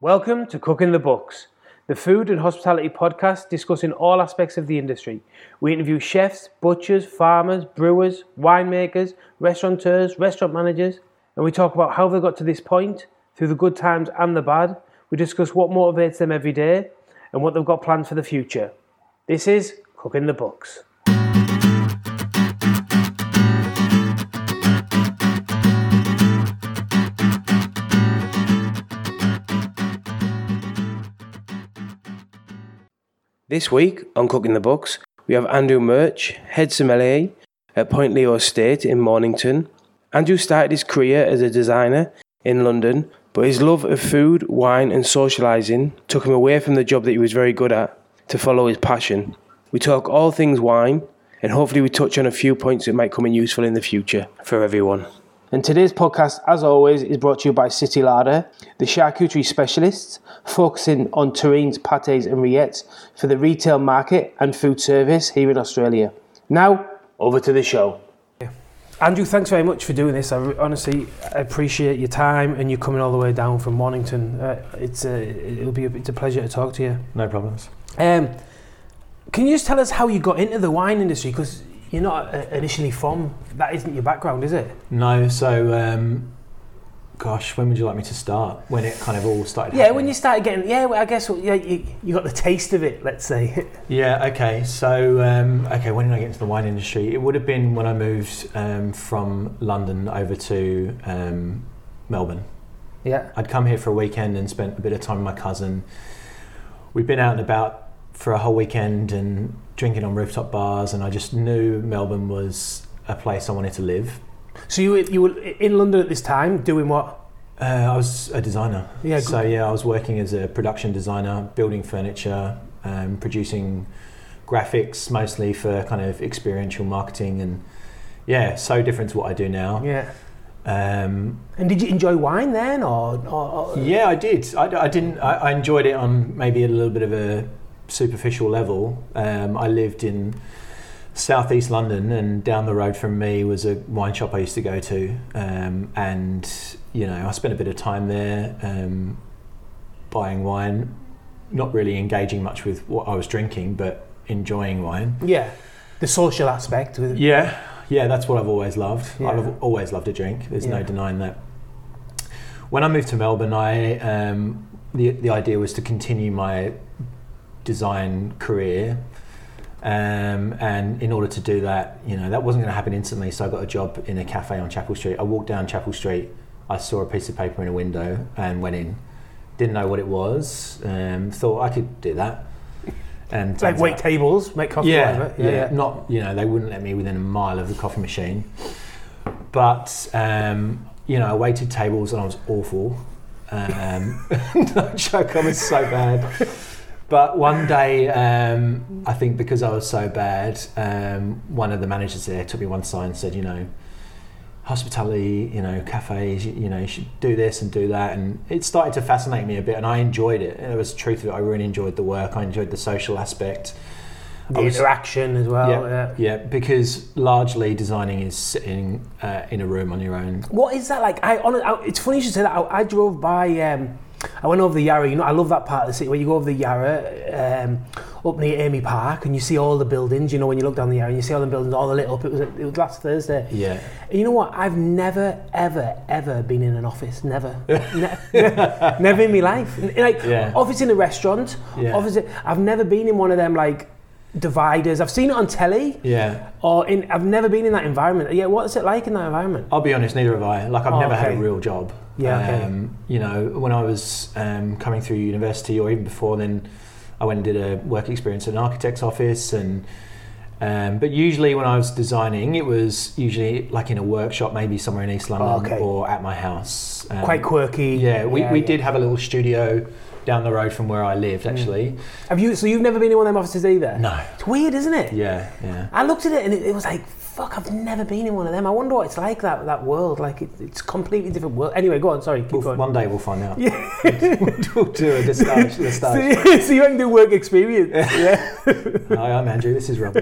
Welcome to Cooking the Books, the food and hospitality podcast discussing all aspects of the industry. We interview chefs, butchers, farmers, brewers, winemakers, restaurateurs, restaurant managers, and we talk about how they got to this point through the good times and the bad. We discuss what motivates them every day and what they've got planned for the future. This is Cooking the Books. This week on Cooking the Books, we have Andrew Murch, head sommelier at Point Leo Estate in Mornington. Andrew started his career as a designer in London, but his love of food, wine, and socialising took him away from the job that he was very good at to follow his passion. We talk all things wine, and hopefully, we touch on a few points that might come in useful in the future for everyone. And today's podcast, as always, is brought to you by City Larder, the charcuterie specialists, focusing on terrines, pates, and rillettes for the retail market and food service here in Australia. Now, over to the show. Andrew, thanks very much for doing this. I re- honestly appreciate your time and you coming all the way down from Mornington. Uh, it's a, it'll be a, it's a pleasure to talk to you. No problems. Um, can you just tell us how you got into the wine industry? Because you're not uh, initially from that. Isn't your background, is it? No, so um, gosh, when would you like me to start? When it kind of all started. Yeah, happening? when you started getting, yeah, well, I guess well, yeah, you, you got the taste of it, let's say. Yeah. Okay. So um, okay, when did I get into the wine industry? It would have been when I moved um, from London over to um, Melbourne. yeah. I'd come here for a weekend and spent a bit of time with my cousin. We'd been out and about for a whole weekend and drinking on rooftop bars, and I just knew Melbourne was a place I wanted to live. So you were, you were in London at this time doing what? Uh, I was a designer. Yeah, So yeah, I was working as a production designer, building furniture, um, producing graphics, mostly for kind of experiential marketing, and yeah, so different to what I do now. Yeah. Um, And did you enjoy wine then, or? or, or yeah, I did. I, I didn't. I, I enjoyed it on maybe a little bit of a superficial level. Um, I lived in southeast London, and down the road from me was a wine shop I used to go to, um, and you know I spent a bit of time there um, buying wine, not really engaging much with what I was drinking, but enjoying wine. yeah. The social aspect. With, Yeah, yeah, that's what I've always loved. Yeah. I've always loved a drink. There's Yeah. no denying that. When I moved to Melbourne, I um, the the idea was to continue my design career, um, and in order to do that, you know, that wasn't going to happen instantly. So I got a job in a cafe on Chapel Street. I walked down Chapel Street. I saw a piece of paper in a window and went in. Didn't know what it was. Um, thought I could do that. And Like turns wait out- tables, make coffee, yeah, whatever. yeah, Not you know they wouldn't let me within a mile of the coffee machine, but um, you know I waited tables and I was awful. Um, no joke, I was so bad. But one day, um, I think because I was so bad, um, one of the managers there took me one side and said, you know, hospitality, you know, cafes, you, you know, you should do this and do that. And it started to fascinate me a bit, and I enjoyed it. It was the truth of it. I really enjoyed the work. I enjoyed the social aspect. The I was- interaction as well. Yeah. yeah. Yeah, because largely designing is sitting uh, in a room on your own. What is that like? I, hon- I it's funny you should say that. I, I drove by. Um, I went over the Yarra. You know, I love that part of the city where you go over the Yarra, um, up near Amy Park, and you see all the buildings. You know, when you look down the Yarra, and you see all the buildings, all the lit up. It was it was last Thursday. Yeah. And you know what? I've never, ever, ever been in an office. Never, ne- ne- never in my life. N- Like Yeah. office in a restaurant. Yeah. Office. I've never been in one of them like dividers. I've seen it on telly, Yeah. or in. I've never been in that environment. Yeah, what's it like in that environment? I'll be honest, neither have I. Like, I've Oh, never had a okay. real job. Yeah, okay. Um, you know, when I was um, coming through university or even before then, I went and did a work experience at an architect's office. and um, But usually, when I was designing, it was usually like in a workshop, maybe somewhere in East London okay. or at my house. Um, Quite quirky. Yeah, we, we yeah. Mm. did have a little studio down the road from where I lived, actually. Have you? So you've never been in one of them offices either? No. It's weird, isn't it? Yeah, yeah. I looked at it and it, it was like, fuck, I've never been in one of them. I wonder what it's like that that world. Like it, it's completely different world. Anyway, go on. Sorry, keep We'll- going. one day we'll find out. Yeah. we'll do a discharge. discharge. so, so you haven't do work experience. yeah. Hi, I'm Andrew. This is Rob.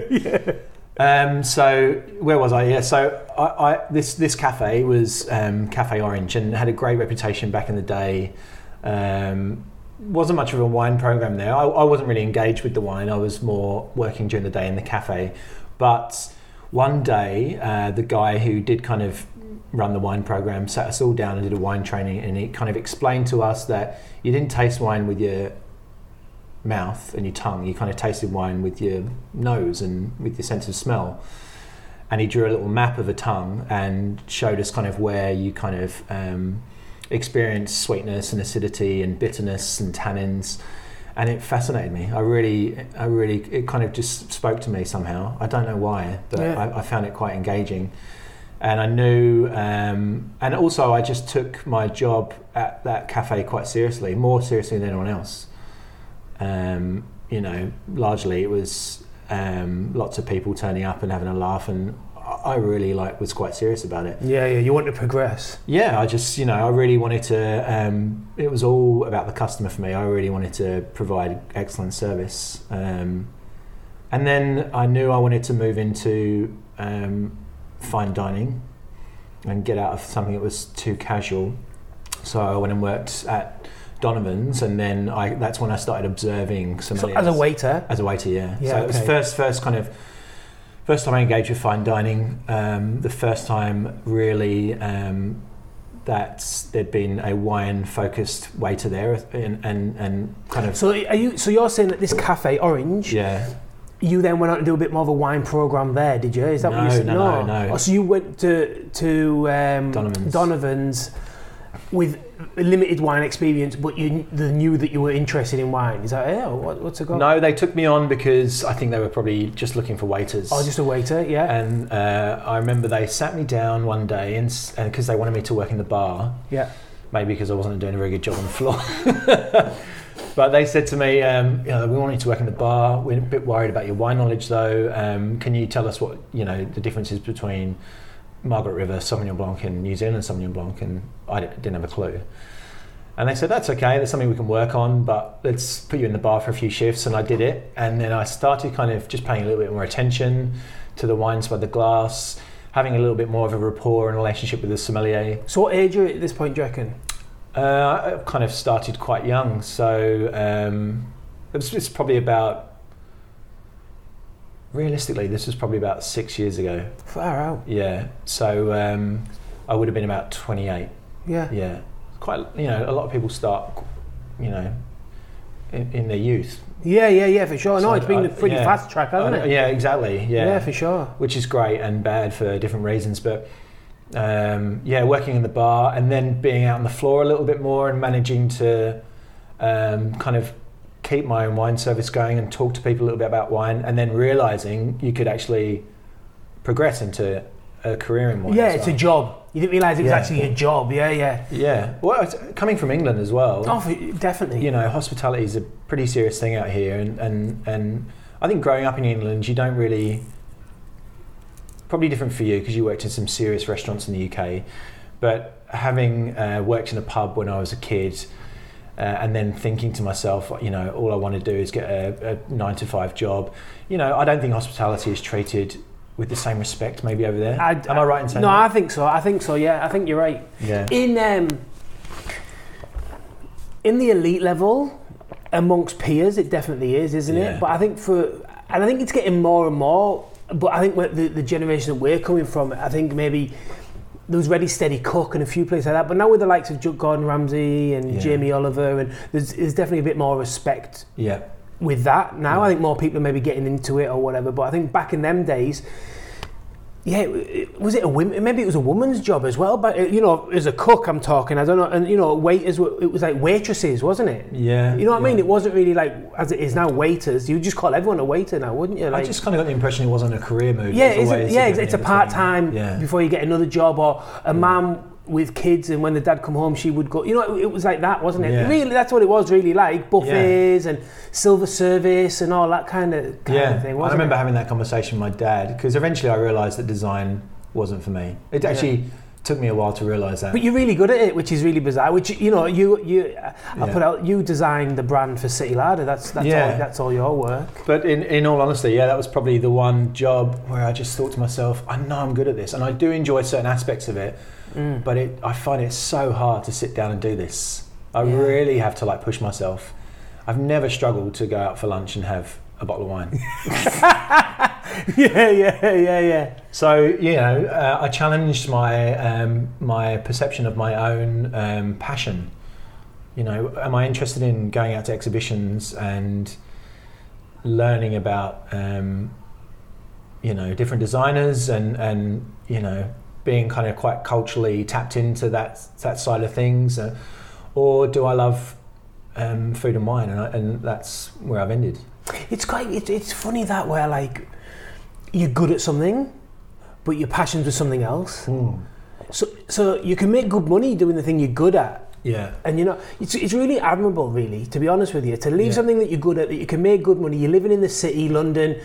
Um, so where was I? Yeah. So I, I this this cafe was um, Cafe Orange and had a great reputation back in the day. Um, wasn't much of a wine program there. I, I wasn't really engaged with the wine. I was more working during the day in the cafe. But one day, uh, the guy who did kind of run the wine program sat us all down and did a wine training, and he kind of explained to us that you didn't taste wine with your mouth and your tongue. You kind of tasted wine with your nose and with your sense of smell. And he drew a little map of a tongue and showed us kind of where you kind of um, experience sweetness and acidity and bitterness and tannins. And it fascinated me. I really, I really, it kind of just spoke to me somehow. I don't know why, but Yeah. I, I found it quite engaging. And I knew, um, and also I just took my job at that cafe quite seriously, more seriously than anyone else um, you know, largely it was um, lots of people turning up and having a laugh, and I I really like was quite serious about it. Yeah, yeah. You want to progress. Yeah, I just you know I really wanted to. Um, it was all about the customer for me. I really wanted to provide excellent service, um, and then I knew I wanted to move into um, fine dining and get out of something that was too casual. So I went and worked at Donovan's, and then I, that's when I started observing some So as a waiter, as a waiter, yeah. Yeah, so it was okay. first, first kind of first time I engaged with fine dining. Um, the first time really um, that there'd been a wine focused waiter there, and, and and kind of So are you? So you're saying that this cafe Orange, yeah, you then went on to do a bit more of a wine program there, did you? Is that what No, you said? no, no, no. Oh, so you went to to um, Donovan's. Donovan's with limited wine experience, but you they knew that you were interested in wine. Is that it? Or what, what's it called? no, they took me on because I think they were probably just looking for waiters. Oh, just a waiter. Yeah. and uh, I remember they sat me down one day and because they wanted me to work in the bar, yeah. maybe because I wasn't doing a very good job on the floor. but they said to me, um, you know, we want you to work in the bar. We're a bit worried about your wine knowledge, though. Um, can you tell us what you know the differences between Margaret River, Sauvignon Blanc, and New Zealand Sauvignon Blanc? And I di- didn't have a clue. And they said, that's okay, that's something we can work on, but let's put you in the bar for a few shifts. And I did it. And then I started kind of just paying a little bit more attention to the wines by the glass, having a little bit more of a rapport and relationship with the sommelier. So what age are you at this point, do you reckon? Uh, I kind of started quite young, so um, it was it's probably about. Realistically, this was probably about six years ago. Far out. Yeah, so um, I would have been about twenty-eight. Yeah. Yeah, quite. You know, a lot of people start, you know, in, in their youth. Yeah, yeah, yeah, for sure. No, So it's been I- a pretty yeah. fast track, hasn't Uh, it? yeah, exactly. Yeah, Oh, yeah, for sure. which is great and bad for different reasons. But um, yeah, working in the bar and then being out on the floor a little bit more and managing to um, kind of keep my own wine service going and talk to people a little bit about wine and then realizing you could actually progress into a career in wine. Yeah, as it's a well. job. You didn't realise it was Yeah. actually a job. Yeah, yeah. yeah. Well, it's, coming from England as well. Oh, for, definitely. you know, hospitality is a pretty serious thing out here, and, and, and I think growing up in England, you don't really probably different for you because you worked in some serious restaurants in the UK, but having uh, worked in a pub when I was a kid. Uh, and then thinking to myself, you know, all I want to do is get a, a nine to five job. You know, I don't think hospitality is treated with the same respect maybe over there. I'd- Am I right in saying No, I that? think so. I think so. Yeah, I think you're right. yeah. In um, in the elite level, amongst peers, it definitely is, isn't Yeah. it? But I think for, and I think it's getting more and more. But I think where the, the generation that we're coming from, I think maybe there was Ready Steady Cook and a few places like that. But now with the likes of Ju- Gordon Ramsay and Yeah. Jamie Oliver, and there's, there's definitely a bit more respect yeah. with that now. I think more people are maybe getting into it or whatever. But I think back in them days, yeah, it- it- was it a women? Maybe it was a woman's job as well. But uh, you know, as a cook, I'm talking. I don't know, and you know, waiters. were- It was like waitresses, wasn't it? Yeah. You know what I yeah. mean? It wasn't really like as it is now. Waiters, you just call everyone a waiter now, wouldn't you? Like, I just kind of got the impression it wasn't a career move. yeah, It was it's a, always yeah, bit it's, in it's a between. part time Yeah. Mm. before you get another job, or a mum with kids, and when the dad come home, she would go. You know, it, it was like that, wasn't it? Yeah. Really, that's what it was. Really, like buffets and silver service and all that kind of kind yeah. of thing. I Wasn't remember having that conversation with my dad because eventually I realised that design wasn't for me. It actually took me a while to realise that. It? But you're really good at it, which is really bizarre. Which you know, you you, I I Yeah. put out. You designed the brand for City Larder. That's that's Yeah. all. That's all your work. But in, in all honesty, yeah, that was probably the one job where I just thought to myself, I know I'm good at this, and I Mm. do enjoy certain aspects of it, but it, I find it so hard to sit down and do this. I really have to like push myself. I've never struggled to go out for lunch and have a bottle of wine. yeah, yeah, yeah, yeah. So you know, uh, I challenged my um, my perception of my own um, passion. You know, am I interested in going out to exhibitions and learning about um, you know different designers and and you know being kind of quite culturally tapped into that that side of things, uh, or do I love um, food and wine? And, I, and that's where I've ended. It's quite. It, it's funny that where like you're good at something, but your passion's with something else. Hmm. So so you can make good money doing the thing you're good at. Yeah. And you know, it's, it's really admirable, really, to be honest with you, to leave Yeah. something that you're good at, that you can make good money. You're living in the city, London,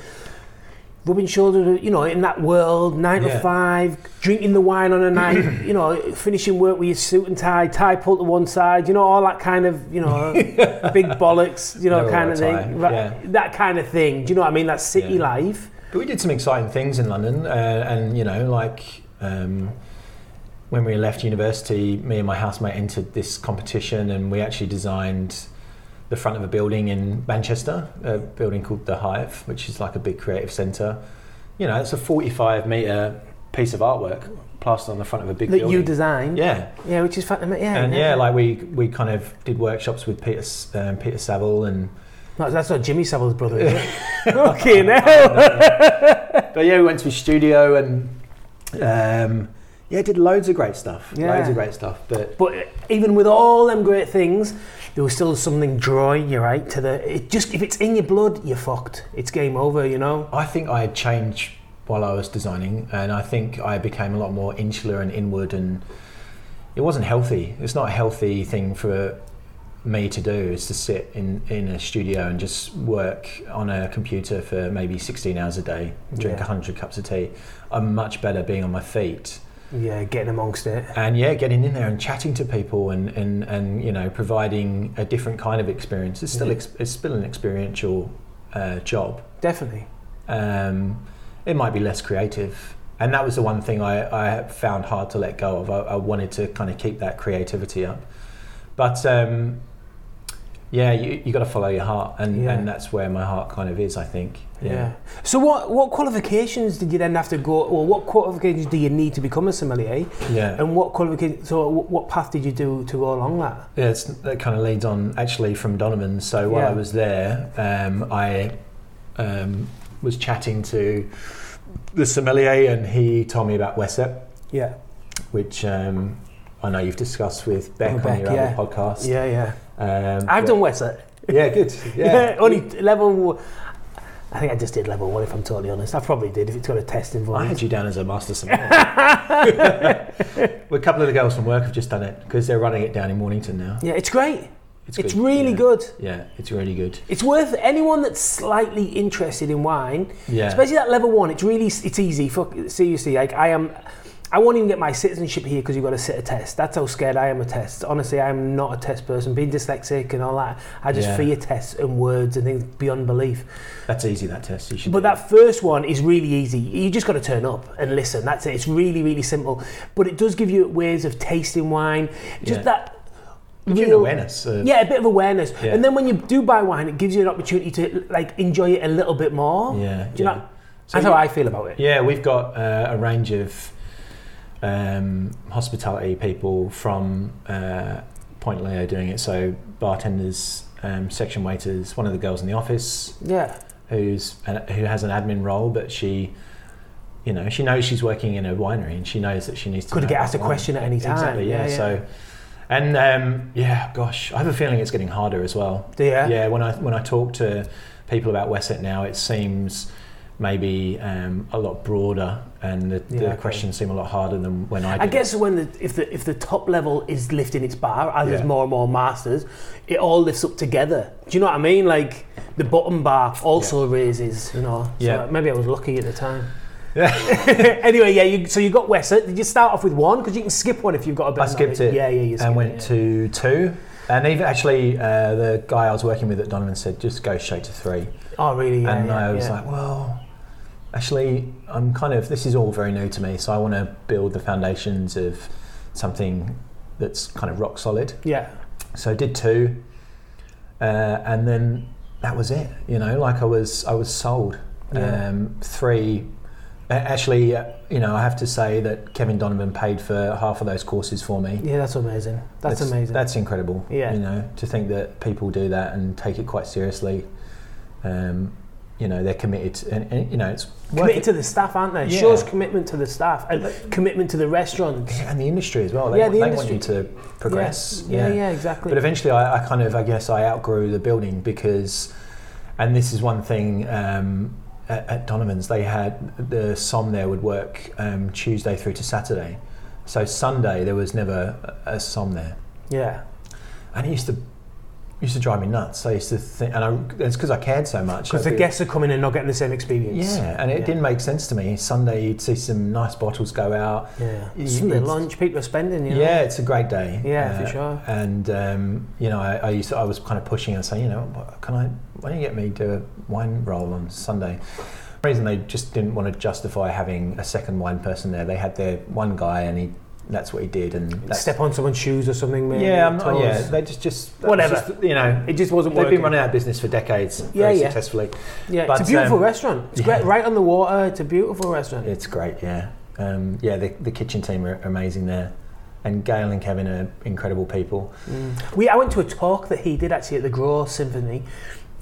rubbing shoulders, with- you know, in that world, nine Yeah. to five, drinking the wine on a night, you know, finishing work with your suit and tie, tie pulled to one side, you know, all that kind of, you know, big bollocks, you know, Never kind wore of a tie, thing. Ra- yeah. That kind of thing. Do you know what I mean? That city Yeah. life. But we did some exciting things in London, uh, and you know, like um, when we left university, me and my housemate entered this competition, and we actually designed the front of a building in Manchester, a building called the Hive, which is like a big creative centre. You know, it's a forty-five metre piece of artwork plastered on the front of a big That building. you designed, yeah. yeah, which is fat. Yeah, and yeah, like we we kind of did workshops with Peter S- um, Peter Saville and No, that's not Jimmy Savile's brother, is it? okay, now. But yeah, we went to his studio and um, yeah, did loads of great stuff. Yeah. Loads of great stuff. But But even with all them great things, there was still something drawing you right to the. It just if it's in your blood, you're fucked. It's game over, you know. I think I had changed while I was designing, and I think I became a lot more insular and inward, and it wasn't healthy. It's not a healthy thing for me to do is to sit in, in a studio and just work on a computer for maybe 16 hours a day drink Yeah. 100 cups of tea i'm much better being on my feet Yeah, getting amongst it. and yeah, getting in there and chatting to people and, and, and you know providing a different kind of experience. It's still Yeah. ex- it's still an experiential uh, job. Definitely. Um, it might be less creative, and that was the one thing I, I found hard to let go of. I, I wanted to kind of keep that creativity up, but um, yeah, you you got to follow your heart, and, Yeah. and that's where my heart kind of is. I think. So what what qualifications did you then have to go, or what qualifications do you need to become a sommelier, yeah. and what qualification? So wh- what path did you do to go along that? Yeah, it's, that kind of leads on actually from Donovan. So while Yeah. I was there, um, I um, was chatting to the sommelier, and he told me about Wessep, Yeah. which um, I know you've discussed with Beck, With Oh, Beck, on your yeah. other podcast. Yeah, yeah. Um, I've but- done Wesset. Yeah, good. Yeah. Yeah, Only level. one- I think I just did level one, if I'm totally honest. I probably did, if it's got a test I involved. had you down as a master sommelier. well, a couple of the girls from work have just done it because they're running it down in Mornington now. Yeah, it's great. It's good, really yeah. good. Yeah, it's really good. It's worth anyone that's slightly interested in wine, Yeah. especially that level one. It's really it's easy. Fuck, seriously, like I am, I won't even get my citizenship here because you've got to sit a test. That's how scared I am of tests. Honestly, I am not a test person. Being dyslexic and all that, I just Yeah. fear tests and words and things beyond belief. That's easy. That test. You should. But do it. that first one is really easy. You just got to turn up and listen. That's it. It's really really simple. But it does give you ways of tasting wine. Just Yeah. that. Give you an real- awareness. uh, yeah, a bit of awareness. Yeah. And then when you do buy wine, it gives you an opportunity to like enjoy it a little bit more. Yeah, Do you yeah. know? So That's you- how I feel about it. Yeah, we've got uh, a range of um, hospitality people from uh, Point Leo doing it. So bartenders, um, section waiters, one of the girls in the office Yeah. who's who has an admin role, but she, you know, she knows she's working in a winery and she knows that she needs to. Could know get about asked a wine. question at any time. Exactly. Yeah. So. And um, yeah, gosh, I have a feeling it's getting harder as well Do you? yeah when i when i talk to people about Wesset now it seems maybe um, a lot broader and the, Yeah, the okay. questions seem a lot harder than when i did I it. guess when the, if the if the top level is lifting its bar, as there's Yeah. more and more masters, it all lifts up together. Do you know what I mean? Like the bottom bar also raises. You know. So Yeah. Maybe I was lucky at the time. anyway, yeah. You, so you got Wesset. Did you start off with one? Because you can skip one if you've got a bit. i of skipped knowledge. it Yeah, yeah. You skipped and went it. to two and even actually uh, the guy i was working with at donovan said just go straight to three Oh, really? Yeah, and yeah, i was yeah. like well actually i'm kind of this is all very new to me so i want to build the foundations of something that's kind of rock solid yeah. So I did two, uh, and then that was it. You know, like I was I was sold. Yeah. Um, three. a- Actually, uh, you know, I have to say that Kevin Donovan paid for half of those courses for me. Yeah, that's amazing. That's, amazing. That's incredible. Yeah. You know, to think that people do that and take it quite seriously. Um, you know, they're committed, to, and, and, you know, it's worth committed it. to the staff, aren't they? Yeah. Shows commitment to the staff and commitment to the restaurants. and the industry as well. They, Yeah, want- the they want you to progress. Yeah, yeah, exactly. But eventually, I, I kind of, I guess, I outgrew the building because, and this is one thing um, at, at Donovan's, they had the som there would work um, Tuesday through to Saturday. So Sunday, there was never a, a som there. yeah, And it used to, used to drive me nuts. I used to think, and I, it's because I cared so much. because I'd the be- guests are coming and not getting the same experience. Yeah, and it Yeah. didn't make sense to me. Sunday, you'd see some nice bottles go out. yeah. You- Sunday you- lunch, people are spending. You know? Yeah, it's a great day. Uh, Yeah, for sure. And um, you know, I, I used to, I was kind of pushing and saying, you know, what- can I? Why don't you get me to a wine roll on Sunday? The reason they just didn't want to justify having a second wine person there. They had their one guy, and he that's what he did, and that's, step on someone's shoes or something. Maybe, Yeah, I'm not. toes. Yeah, they just just that was Whatever. just, you know, It just wasn't they've working. been running our business for decades, Yeah, very yeah. successfully. yeah, but, it's a beautiful um, restaurant. It's yeah. great, right on the water. It's a beautiful restaurant. It's great, yeah. Um, yeah, the, the kitchen team are amazing there. And Gail and Kevin are incredible people. Mm. We, I went to a talk that he did actually at the Grow Symphony.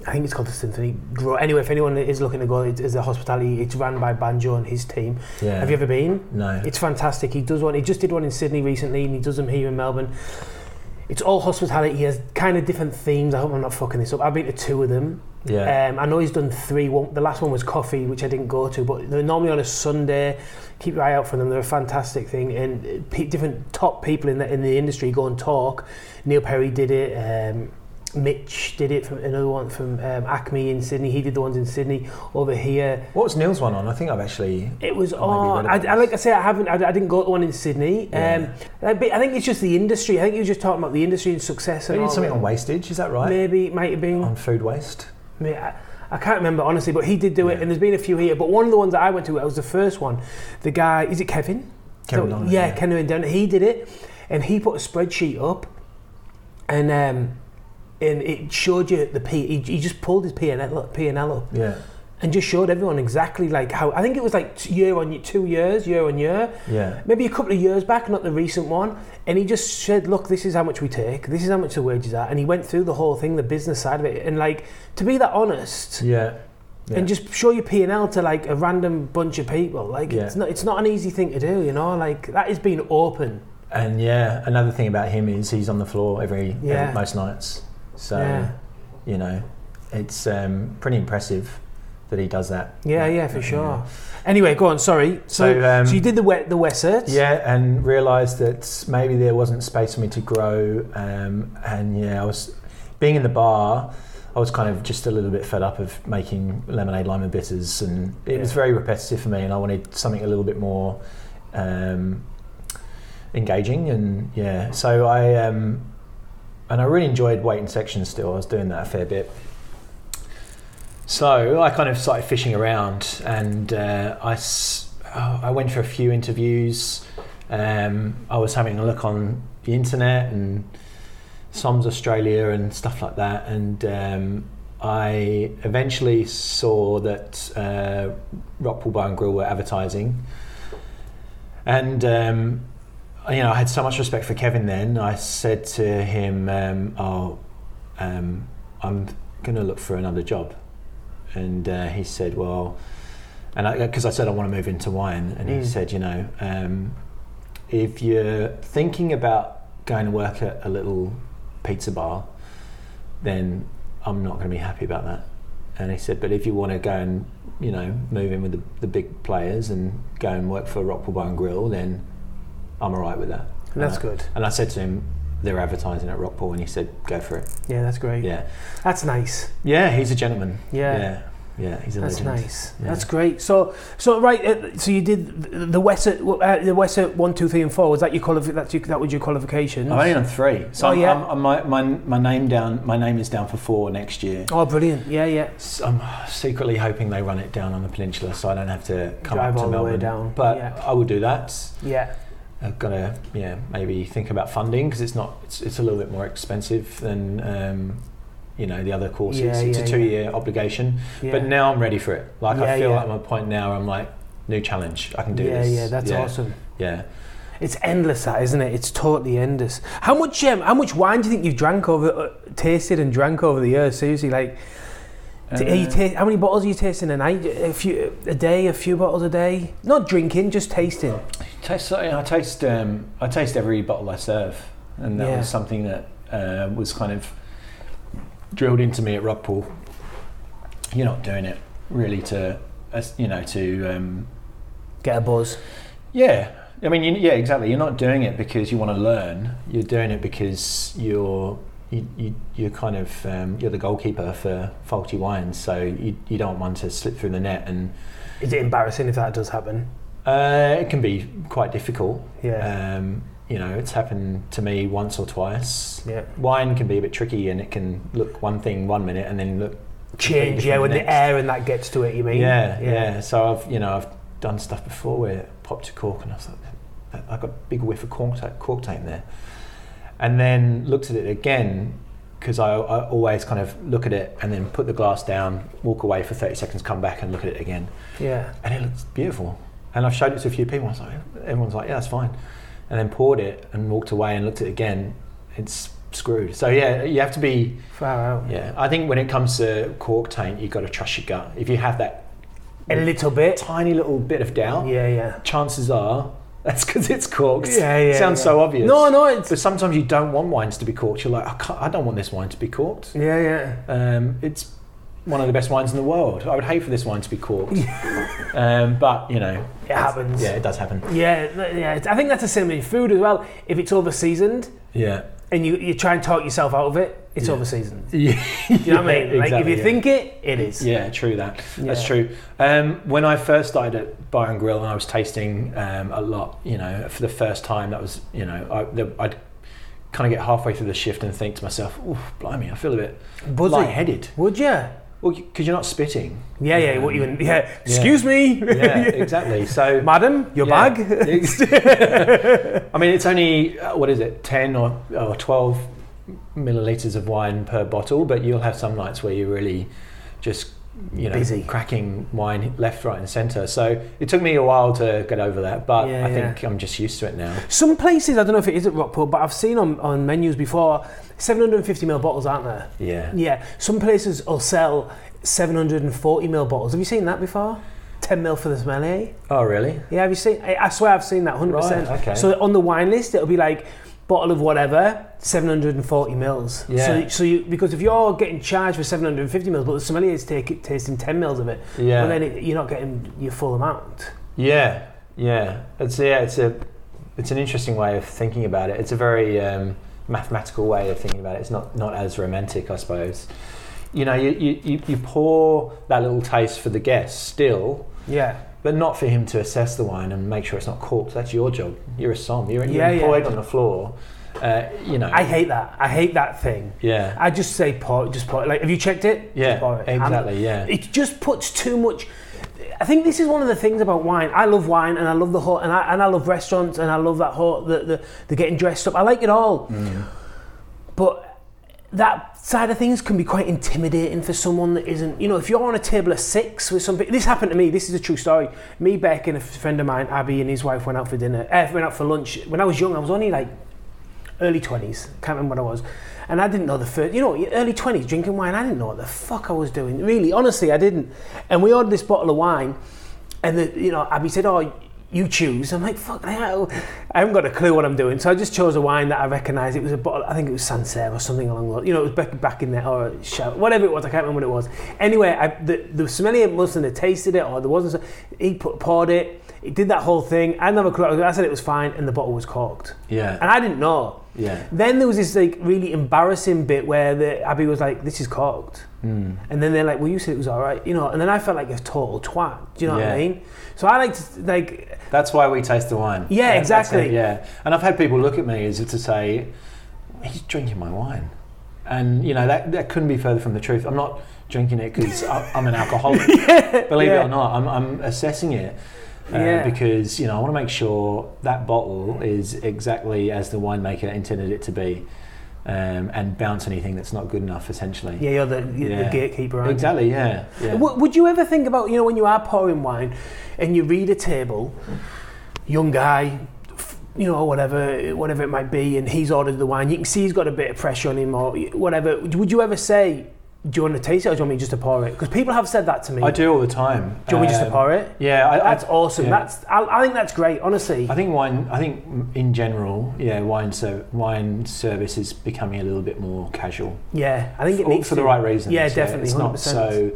I think it's called the Symphony Grow. Anyway, if anyone is looking to go, it is the hospitality. It's run by Banjo and his team. Yeah. Have you ever been? No. It's fantastic. He does one. He just did one in Sydney recently, and he does them here in Melbourne. It's all hospitality. He has kind of different themes. I hope I'm not fucking this up. I've been to two of them. yeah. Um, I know he's done three. One, the last one was coffee, which I didn't go to, but they're normally on a Sunday. Keep your eye out for them. They're a fantastic thing, and uh, pe- different top people in the in the industry go and talk. Neil Perry did it. Um, Mitch did it from another one from um, Acme in Sydney. He did the ones in Sydney over here. what was Neil's one on? I think I've actually. It was maybe on. read I, about I, like I say, I haven't. I, I didn't go to one in Sydney. Yeah. Um, I, but I think it's just the industry. I think you were just talking about the industry and success. So And you all did something that. on wastage, is that Oh. right? Maybe it might have been. On food waste? I, mean, I, I can't remember honestly, but he did do it, Yeah. and there's been a few here. But one of the ones that I went to, that was the first one. The guy is it Kevin? Kevin So- Donovan, yeah, yeah. Kevin Donovan. He did it, and he put a spreadsheet up, and um, and it showed you the P. He, he just pulled his P and L up, P and L up, Yeah. and just showed everyone exactly like how. I think it was like t- year on year, two years, year on year Yeah. maybe a couple of years back, not the recent one, and he just said, "Look, this is how much we take. This is how much the wages are." And he went through the whole thing, the business side of it, and like to be that honest Yeah. Yeah. and just show your P and L to like a random bunch of people, like Yeah. it's not it's not an easy thing to do, you know. Like that is being open. And yeah, another thing about him is he's on the floor every, every- Yeah. most nights. So, Yeah. you know, it's um, pretty impressive that he does that. Yeah, yeah, for sure. Anyway, go on. Sorry. So, so, So, um, you did the wet the Wessert. Yeah, and realised that maybe there wasn't space for me to grow. Um, and yeah, I was being in the bar. I was kind of just a little bit fed up of making lemonade, lime, and bitters, and it was Yeah. very repetitive for me. And I wanted something a little bit more um, engaging. And yeah, so I um, and I really enjoyed waiting sections. Still, I was doing that a fair bit. So I kind of started fishing around, and uh, I s- oh, I went for a few interviews. Um, I was having a look on the internet and Soms Australia and stuff like that, and um, I eventually saw that uh, Rockpool Bar and Grill were advertising, and um, you know I had so much respect for Kevin. Then I said to him, um, "Oh, um, I'm going to look for another job," and uh, he said, "Well," and because I, said I want to move into wine, and he Mm. said, "You know." Um, if you're thinking about going to work at a little pizza bar, then I'm not going to be happy about that. And he said, but if you want to go and you know move in with the, the big players and go and work for Rockpool Bar and Grill, then I'm all right with that. And that's I- good. And I said to him, they're advertising at Rockpool, and he said, go for it. Yeah, that's great. Yeah, That's nice. yeah, he's a gentleman. Yeah. yeah, yeah he's a That's legend. nice. Yeah. That's great. So, so right. Uh, so you did the- the Wessert, uh, the Wessert one, two, three, and four. Was that your qualif- that's your, That was your qualifications. I've only done three, so Oh, I'm, yeah. I'm, I'm, my, my, my name down. My name is down for four next year. Oh, brilliant! Yeah, yeah. S- I'm secretly hoping they run it down on the peninsula so I don't have to come Drive up to all the way Melbourne. down, But yeah. I will do that. Yeah, I've got to yeah maybe think about funding because it's not it's, it's a little bit more expensive than um, you know the other courses. Yeah, it's yeah, a yeah. two year obligation, Yeah. but now I'm ready for it. Like Yeah, I feel yeah. I'm at a point now where I'm like new challenge. I can do yeah, this. yeah, that's awesome. Yeah, It's endless, that isn't it? It's totally endless. How much um, how much wine do you think you've drank over, uh, tasted and drank over the years? Seriously, like, t- are you Uh, ta- how many bottles are you tasting a night? A few a day, a few bottles a day. Not drinking, just tasting. Taste, I I taste, um, I taste every bottle I serve, and that Yeah. was something that uh, was kind of drilled into me at Rockpool. You're not doing it really to, as- you know, to, um, Get a buzz. yeah. I mean, you, yeah, exactly. You're not doing it because you want to learn. You're doing it because you're you, you, you're kind of um, you're the goalkeeper for faulty wines, so you, you don't want to slip through the net, and Is it embarrassing if that does happen? uh, it can be quite difficult. Yeah. Um, you know, it's happened to me once or twice. yeah. Wine can be a bit tricky, and it can look one thing one minute, and then look. Change, yeah, when the Next. air and that gets to it, you mean? Yeah, yeah, So I've, you know, I've done stuff before where it popped a cork, and I was like, I- I got a big whiff of cork tape, cork tape there, and then looked at it again because I, I always kind of look at it and then put the glass down, walk away for thirty seconds, come back and look at it again, Yeah. and it looks beautiful. And I've showed it to a few people. I was like, everyone's like, yeah, that's fine. And then poured it and walked away and looked at it again. It's screwed. So yeah, you have to be. Far out. Yeah, I think when it comes to cork taint, you've got to trust your gut. If you have that A little bit. tiny little bit of doubt, Yeah, yeah. chances are that's because it's corked. Yeah, yeah, Sounds yeah. so obvious. No, no, it's. But sometimes you don't want wines to be corked. You're like, I, can't, I don't want this wine to be corked. Yeah, yeah. Um, it's one of the best wines in the world. I would hate for this wine to be corked. um, but, you know, It happens. yeah, it does happen. Yeah, th- yeah. it's- I think that's the same in food as well. If it's over seasoned Yeah. and you, you try and talk yourself out of it, it's Yeah. over seasoned. Yeah, You know what I mean? Like if exactly, you yeah. think it, it is. Yeah, true that. That's Yeah. true. Um, when I first started at Bar and Grill, and I was tasting um, a lot, you know, for the first time, that was, you know, I, the, I'd kind of get halfway through the shift and think to myself, "Ooh, blimey, I feel a bit Buzzy. lightheaded." Would you? Yeah, Well, because you're not spitting. yeah. what you? Yeah. Excuse me, Yeah, exactly. So madam, your Yeah. bag. I mean, it's only uh, what is it, ten or, or twelve milliliters of wine per bottle, but you'll have some nights where you're really just you know Busy. cracking wine left, right, and centre. So it took me a while to get over that, but Yeah, I think I'm just used to it now. Some places I don't know if it is at Rockpool, but I've seen on, on menus before 750 ml bottles, aren't there? Yeah. Yeah. Some places will sell 740 ml bottles. Have you seen that before? 10 ml for the smelly. eh? Oh, really? Yeah, have you seen? I, I swear I've seen that 100%. Right, okay. So on the wine list, it'll be like bottle of whatever, 740 mils. So, Yeah. so you because if you're getting charged for 750 mils, but the sommelier's take it, tasting 10 mils of it, Yeah. well then it, you're not getting your full amount. Yeah, yeah. It's yeah, it's a it's an interesting way of thinking about it. It's a very um, mathematical way of thinking about it. It's not not as romantic, I suppose. You know, you, you, you, you pour that little taste for the guest still, Yeah. but not for him to assess the wine and make sure it's not corked. That's your job. You're a som. You're, you're Yeah, yeah. employed on the floor. Uh, you know. I hate that. I hate that thing. yeah. I just say pour it, just pour it. Like, have you checked it? yeah. Just pour it. I'm- Exactly. Yeah. it just puts too much I think this is one of the things about wine. I love wine and I love the whole and I, and I love restaurants and I love that whole the, the, the getting dressed up. I like it all. But that side of things can be quite intimidating for someone that isn't, you know, if you're on a table of six with somebody, this happened to me, this is a true story. Me, Beck, and a friend of mine, Abby, and his wife went out for dinner, uh, went out for lunch. When I was young, I was only like early 20s, can't remember what I was. And I didn't know the first, you know, early 20s drinking wine, I didn't know what the fuck I was doing. Really, honestly, I didn't. And we ordered this bottle of wine, and the, you know, Abby said, Oh, you choose. I'm like, fuck, hell. I haven't got a clue what I'm doing. So I just chose a wine that I recognised. It was a bottle, I think it was Sancerre or something along those, you know, it was back, back in there, or shout, whatever it was, I can't remember what it was. Anyway, I, the, the sommelier mustn't have tasted it, or there wasn't, he put, poured it, it did that whole thing. I never, I said it was fine, and the bottle was corked. And Yeah. I didn't know. Yeah. Then there was this like really embarrassing bit where the Abby was like, "This is corked," Hmm. and then they're like, "Well, you said it was all right," you know. And then I felt like a total twat. Do you know what I Yeah. mean? So I like to like, That's why we taste the wine. Yeah, that's it, exactly. Yeah, and I've had people look at me as if to say, "He's drinking my wine," and you know that that couldn't be further from the truth. I'm not drinking it because I'm an alcoholic. Believe it yeah. or not, I'm, I'm assessing it. uh, Yeah. because you know I want to make sure that bottle is exactly as the winemaker intended it to be, um, and bounce anything that's not good enough essentially. Yeah, you're the, you're the Yeah. gatekeeper, aren't you? Exactly. Yeah. yeah. W- Would you ever think about, you know, when you are pouring wine and you read a table, young guy, f- you know, whatever, whatever it might be, and he's ordered the wine, you can see he's got a bit of pressure on him or whatever. Would you ever say, do you want to taste it or do you want me just to pour it? Because people have said that to me. I do all the time. Do you want me just to Um, pour it? Yeah, I, That's I, awesome. yeah. That's I, I think that's great, honestly. I think wine. I think in general, yeah, wine. So wine service is becoming a little bit more casual yeah, I think it for, needs for the to- right reasons. Yeah, definitely, It's not 100%. so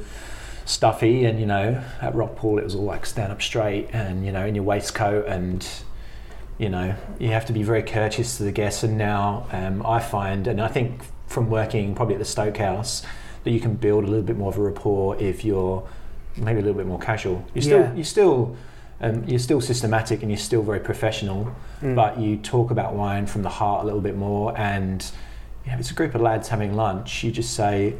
stuffy, and you know, at Rockpool it was all like stand up straight, and you know, in your waistcoat, and you know, you have to be very courteous to the guests. And now um, I find, and I think from working probably at the Stoke House, that you can build a little bit more of a rapport if you're maybe a little bit more casual. You still, Yeah. you still. Um, you're still systematic and you're still very professional, Mm. but you talk about wine from the heart a little bit more. And you know, if it's a group of lads having lunch, you just say,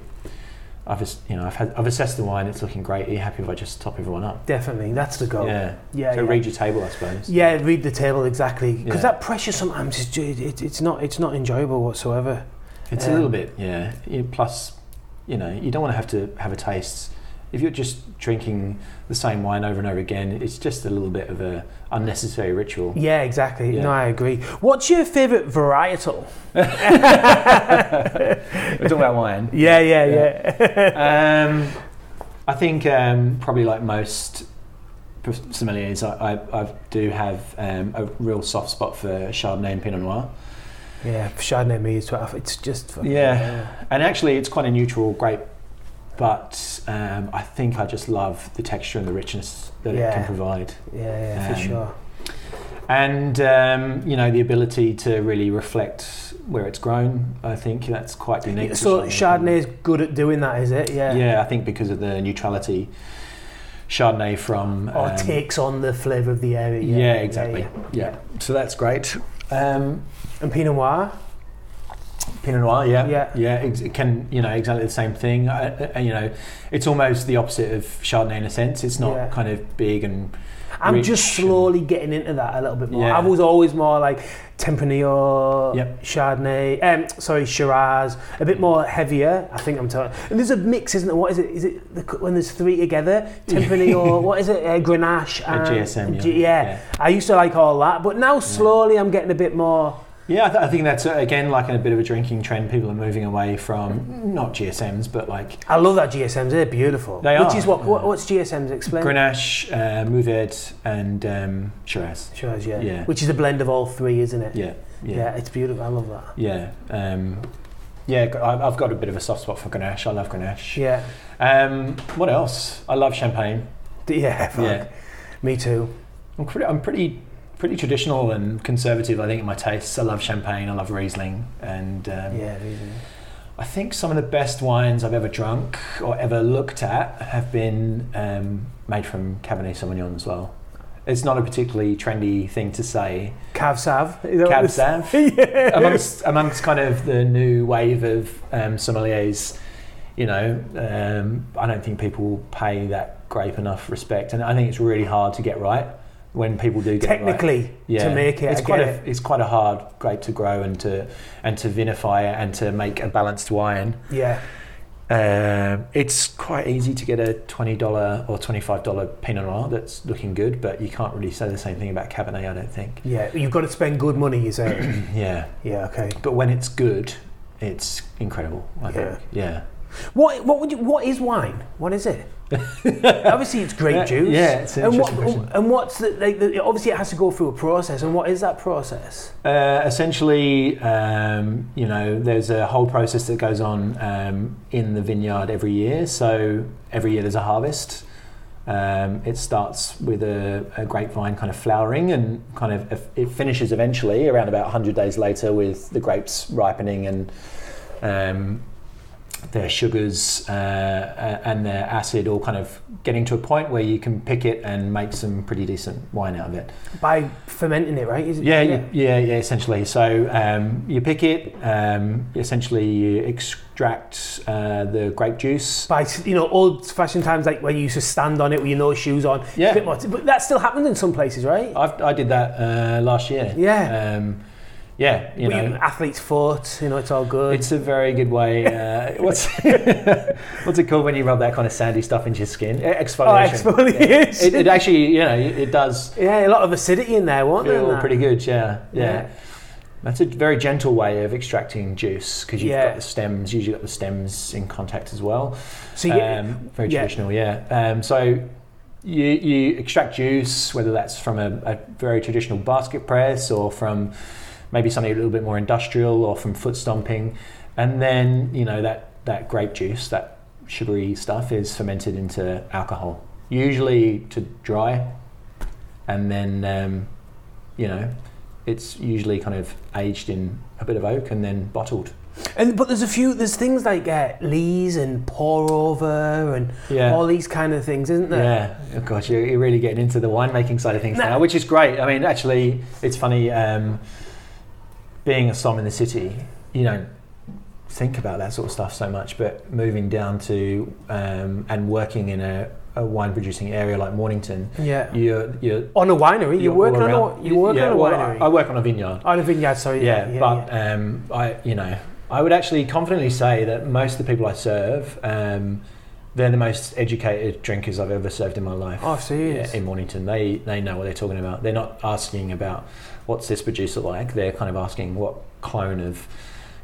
"I've ass- you know I've, had, I've assessed the wine. It's looking great. Are you happy if I just top everyone up?" Definitely, that's the goal. Yeah. Yeah, So yeah. read your table, I suppose. Yeah, read the table exactly because Yeah. that pressure sometimes is ju- it, it's not it's not enjoyable whatsoever. It's a Um, little bit. Yeah. You- plus, you know, you don't want to have to have a taste. If you're just drinking the same wine over and over again, it's just a little bit of a unnecessary ritual. Yeah, exactly. Yeah. No, I agree. What's your favourite varietal? We're talking about wine. Yeah, yeah, yeah. um, I think um, probably like most prof- sommeliers, I, I, I do have um, a real soft spot for Chardonnay and Pinot Noir. Yeah, Chardonnay me is twelve. It's just fucking- Yeah. And actually, it's quite a neutral grape, but um, I think I just love the texture and the richness that it Yeah. can provide. yeah, yeah, for Um, sure. And, um, you know, the ability to really reflect where it's grown, I think that's quite unique. to So Chardonnay. Chardonnay is good at doing that, is it? Yeah. Yeah, I think because of the neutrality, Chardonnay from. Or um, takes on the flavour of the area. Yeah, exactly. Yeah. So that's great. Um, And Pinot Noir. Pinot Noir, yeah, Yeah. yeah. Ex- it can you know exactly the same thing. I, I, you know, it's almost the opposite of Chardonnay in a sense. It's not Yeah. kind of big and I'm just Rich slowly getting into that a little bit more. Yeah. I was always more like Tempranillo, Yep. Chardonnay, um, sorry, Shiraz, a bit more heavier. I think I'm telling. And there's a mix, isn't there? What is it? Is it the, c- when there's three together? Tempranillo, what is it? Uh, Grenache a and GSM. G- yeah. yeah. I used to like all that, but now slowly I'm getting a bit more. Yeah, I, th- I think that's uh, again like a bit of a drinking trend. People are moving away from not GSMs, but like I love that GSMs. They're beautiful. They Which are. is what, what what's GSMs explain? Grenache, uh, Mourvedre, and um, Shiraz. Shiraz, yeah. Yeah. Which is a blend of all three, isn't it? Yeah, yeah. Yeah, it's beautiful. I love that. Yeah, um, yeah. g- I- I've got a bit of a soft spot for Grenache. I love Grenache. Yeah. Um, what else? I love champagne. D- Yeah. Fuck. Yeah, Me too. I'm pretty, I'm pretty, pretty traditional and conservative. I think in my tastes. I love champagne. I love Riesling, and um, Yeah, reason. I think some of the best wines I've ever drunk or ever looked at have been um, made from Cabernet Sauvignon as well. It's not a particularly trendy thing to say. Cav Sav. Cab Sav. amongst, amongst kind of the new wave of um, sommeliers, you know, um, I don't think people pay that grape enough respect, and I think it's really hard to get right when people do get it right. Technically, to make it, It's I quite get a it. it's quite a hard grape to grow and to and to vinify and to make a balanced wine. Yeah, Um, it's quite easy to get a twenty dollar or twenty five dollar Pinot Noir that's looking good, but you can't really say the same thing about Cabernet. I don't think. yeah. You've got to spend good money, you say. Yeah, yeah, okay. but when it's good, it's incredible. I Yeah. think. Yeah. What what would you? What is wine? What is it? obviously, it's grape Yeah, juice. yeah, it's an and what interesting question. and what's the, like, the obviously it has to go through a process. And what is that process? Uh, essentially, um, you know, there's a whole process that goes on um, in the vineyard every year. So every year there's a harvest. Um, it starts with a, a grapevine kind of flowering and kind of it finishes eventually around about 100 days later with the grapes ripening and um, their sugars uh, a- and their acid all kind of getting to a point where you can pick it and make some pretty decent wine out of it. by fermenting it, right? Is it, Yeah, yeah, yeah, yeah essentially. So um, you pick it, um, essentially, you extract uh, the grape juice. By you know old-fashioned times, like when you used to stand on it with your no shoes on. It's a Yeah. bit more- but that still happens in some places, right? I've, I did that uh, last year. Yeah. Um, yeah, you With know. your athlete's foot, you know, it's all good. It's a very good way. Uh, what's what's it called when you rub that kind of sandy stuff into your skin? E- oh, Exfoliation. exfoliation. it, it actually, you know, it does yeah, a lot of acidity in there, weren't there? feel and that? pretty good. Yeah, yeah. Yeah. That's a very gentle way of extracting juice because you've Yeah. got the stems. Usually, got the stems in contact as well. So you, um, very yeah. traditional, yeah. Um, so you, you extract juice, whether that's from a, a very traditional basket press or from maybe something a little bit more industrial or from foot stomping, and then you know that that grape juice, that sugary stuff, is fermented into alcohol, usually to dry, and then um, you know it's usually kind of aged in a bit of oak and then bottled. and but there's a few there's things like uh, lees and pour over and Yeah. all these kind of things, isn't there? Yeah, oh gosh, you're, you're really getting into the winemaking side of things No. now, which is great. I mean, actually, it's funny um, being a som in the city. You don't think about that sort of stuff so much, but moving down to um, and working in a, a wine producing area like Mornington, Yeah. you're you're On a winery, you're, you're working all on around- a, you're working yeah, on a well, winery. I, I work on a vineyard. on a vineyard, sorry. Yeah, yeah but Um, I, you know, I would actually confidently say that most of the people I serve, um, they're the most educated drinkers I've ever served in my life. Oh, serious? Yeah, in Mornington, they they know what they're talking about. They're not asking about what's this producer like. They're kind of asking what clone of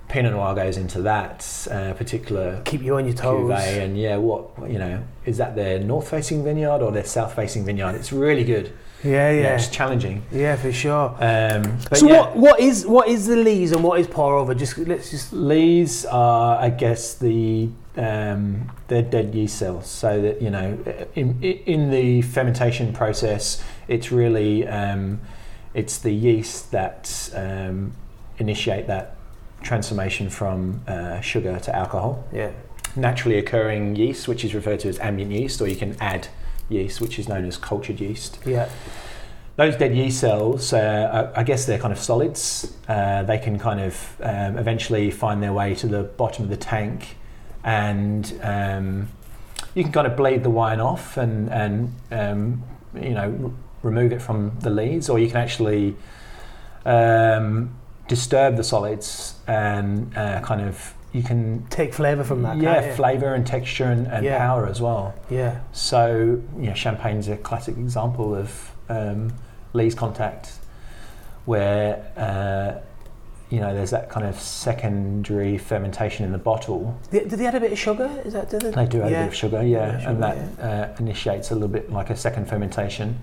Pinot Noir goes into that uh, particular keep you on your toes. cuvee, and yeah, what you know is that their north-facing vineyard or their south-facing vineyard? It's really good. Yeah, Yeah, yeah, it's challenging. yeah, for sure. Um, but so yeah. what what is what is the lees and what is pour over? Just let's just Lees are, I guess, the um, they're dead yeast cells. So that you know, in, in the fermentation process, it's really um, it's the yeast that um, initiate that transformation from uh, sugar to alcohol. yeah. Naturally occurring yeast, which is referred to as ambient yeast, or you can add yeast, which is known as cultured yeast Yeah, those dead yeast cells, uh, I I guess they're kind of solids. Uh, they can kind of um, eventually find their way to the bottom of the tank, and um, you can kind of bleed the wine off and and um, you know r- remove it from the lees, or you can actually um, disturb the solids and uh, kind of you can take flavour from that. yeah can't you? flavor and texture and, and Yeah. power as well. yeah. So, you know, champagne's a classic example of um, Lee's contact, where uh, you know there's that kind of secondary fermentation in the bottle. They- Did they add a bit of sugar? Is that did they? They do add yeah. a bit of sugar, Yeah, yeah, sugar, and that Uh, initiates a little bit like a second fermentation.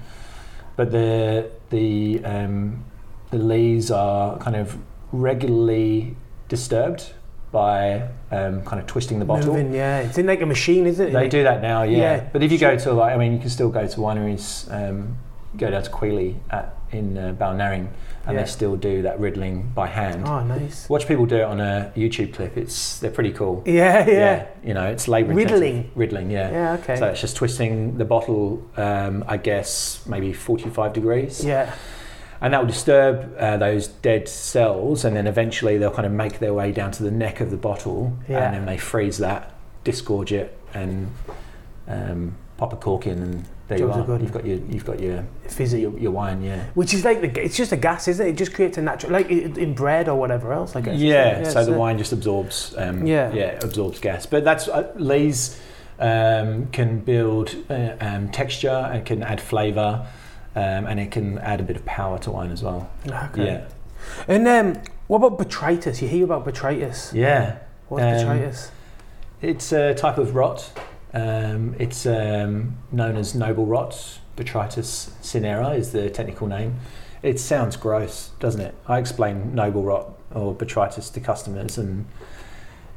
But the the um, the lees are kind of regularly disturbed by um, kind of twisting the bottle. Moving, yeah, it's in like a machine, isn't it? They Like- do that now, yeah. Yeah. But if you go to like, I mean, you can still go to wineries. Um, go down to Queeley at, in uh, Balnarring, and Yeah. they still do that riddling by hand. Oh, nice. Watch people do it on a YouTube clip. It's they're pretty cool. Yeah, yeah, you know, it's labour Riddling. Riddling, yeah. yeah. okay. So it's just twisting the bottle, um, I guess, maybe 45 degrees. yeah, And that will disturb uh, those dead cells, and then eventually they'll kind of make their way down to the neck of the bottle, Yeah. and then they freeze that, disgorge it, and um, pop a cork in, and there Jobs are you are. good. You've got your you've got your, fizzy. your your wine, yeah. Which is like the, g- it's just a gas, isn't it? It just creates a natural, like i- in bread or whatever else. I guess. Yeah, it's so the a- wine just absorbs. Um, Yeah. yeah, absorbs gas. But that's uh, Lee's um, can build uh, um, texture and can add flavour, um, and it can add a bit of power to wine as well. Okay. Yeah, And um, what about botrytis? You hear about botrytis? yeah. What's Um, botrytis? It's a type of rot. Um, it's um, known as noble rot. Botrytis cinera is the technical name. It sounds gross, doesn't it? I explain noble rot or botrytis to customers, and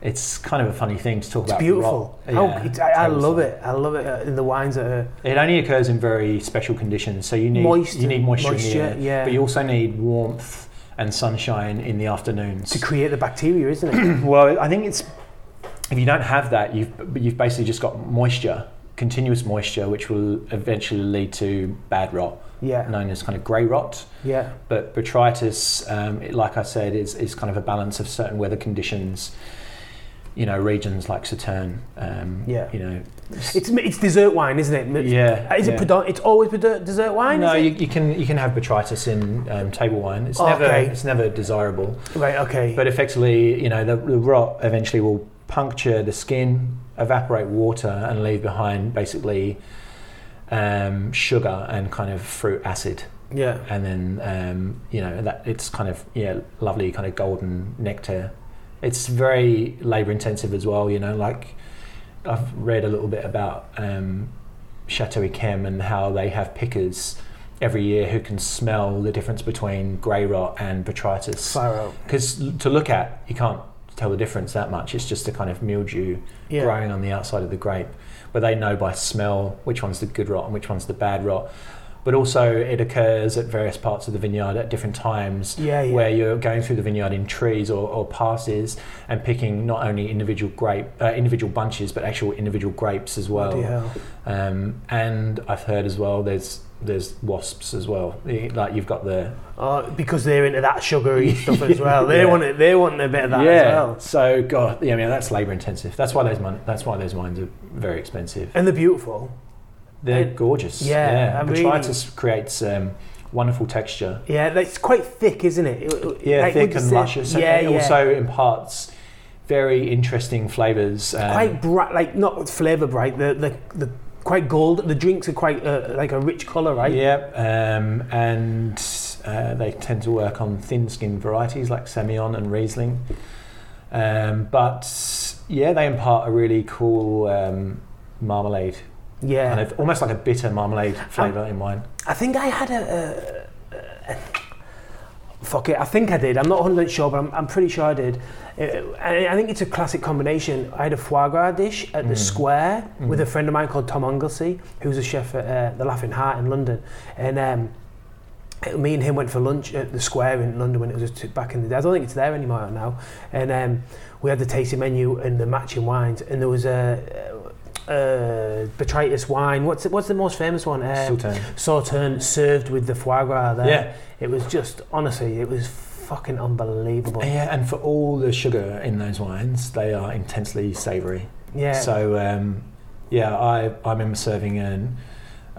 it's kind of a funny thing to talk It's about. beautiful. rot. How- Yeah, it's- I, I terrible love stuff. it. I love it uh, in the wines that are It only occurs in very special conditions, so you need moist. you need and- moisture, in the moisture air, yeah. but you also need warmth and sunshine in the afternoons to create the bacteria, isn't it? well, I think it's if you don't have that, you've but you've basically just got moisture, continuous moisture, which will eventually lead to bad rot, Yeah. known as kind of grey rot. Yeah. But botrytis, um, it- like I said, is, is kind of a balance of certain weather conditions. You know, regions like Saturn. Um, Yeah. You know. It's it's dessert wine, isn't it? yeah. Is yeah. it predom- It's always predom- dessert wine. No, is you, it? Oh, you can you can have botrytis in um, table wine. It's never Okay. it's never desirable, right. Okay. but effectively, you know, the, the rot eventually will puncture the skin, evaporate water, and leave behind basically um, sugar and kind of fruit acid, yeah. and then um, you know that it's kind of yeah lovely kind of golden nectar. It's very labor intensive as well. You know, like I've read a little bit about um, Chateau Yquem and how they have pickers every year who can smell the difference between grey rot and botrytis. Far out. Because to look at, you can't tell the difference that much. It's just a kind of mildew Yeah. growing on the outside of the grape, where they know by smell which one's the good rot and which one's the bad rot. But also, it occurs at various parts of the vineyard at different times Yeah. Yeah. where you're going through the vineyard in trees or, or passes and picking not only individual grape, uh, individual bunches, but actual individual grapes as well. Bloody hell. Um, and I've heard as well, there's there's wasps as well. You- Like you've got the Oh, because they're into that sugary stuff as well. They Yeah. want it. They want a bit of that as well. So God, yeah, I mean that's labour intensive. That's why those mon- that's why those wines are very expensive. And they're beautiful. They're And- gorgeous. yeah, I really- Botrytis creates um, wonderful texture. Yeah, like, it's quite thick, isn't it? It- it- Yeah, like, would thick you and say- luscious. and Yeah, it yeah. also imparts very interesting flavours. Um, quite bright, like not flavour bright. The the the quite gold. The drinks are quite uh, like a rich colour, right? Yep, um, and uh, they tend to work on thin-skinned varieties like Semillon and Riesling. Um, but yeah, they impart a really cool um, marmalade, Yeah. kind of almost like a bitter marmalade flavour in wine. I think I had a, a, a fuck it. I think I did. I'm not 100 sure, but I'm, I'm pretty sure I did. Uh, I, I think it's a classic combination. I had a foie gras dish at the Square with a friend of mine called Tom Anglesey, who's a chef at uh, the Laughing Heart in London, and. Um, me and him went for lunch at the square in London when it was just back in the day. I don't think it's there anymore now. And um, we had the tasting menu and the matching wines, and there was a, uh uh botrytis wine. What's the, what's the most famous one? Um, Sauternes. Sauternes served with the foie gras there. Yeah. It was just, honestly, it was fucking unbelievable. Yeah, and for all the sugar in those wines, they are intensely savoury. Yeah. So um, yeah, I, I remember serving an,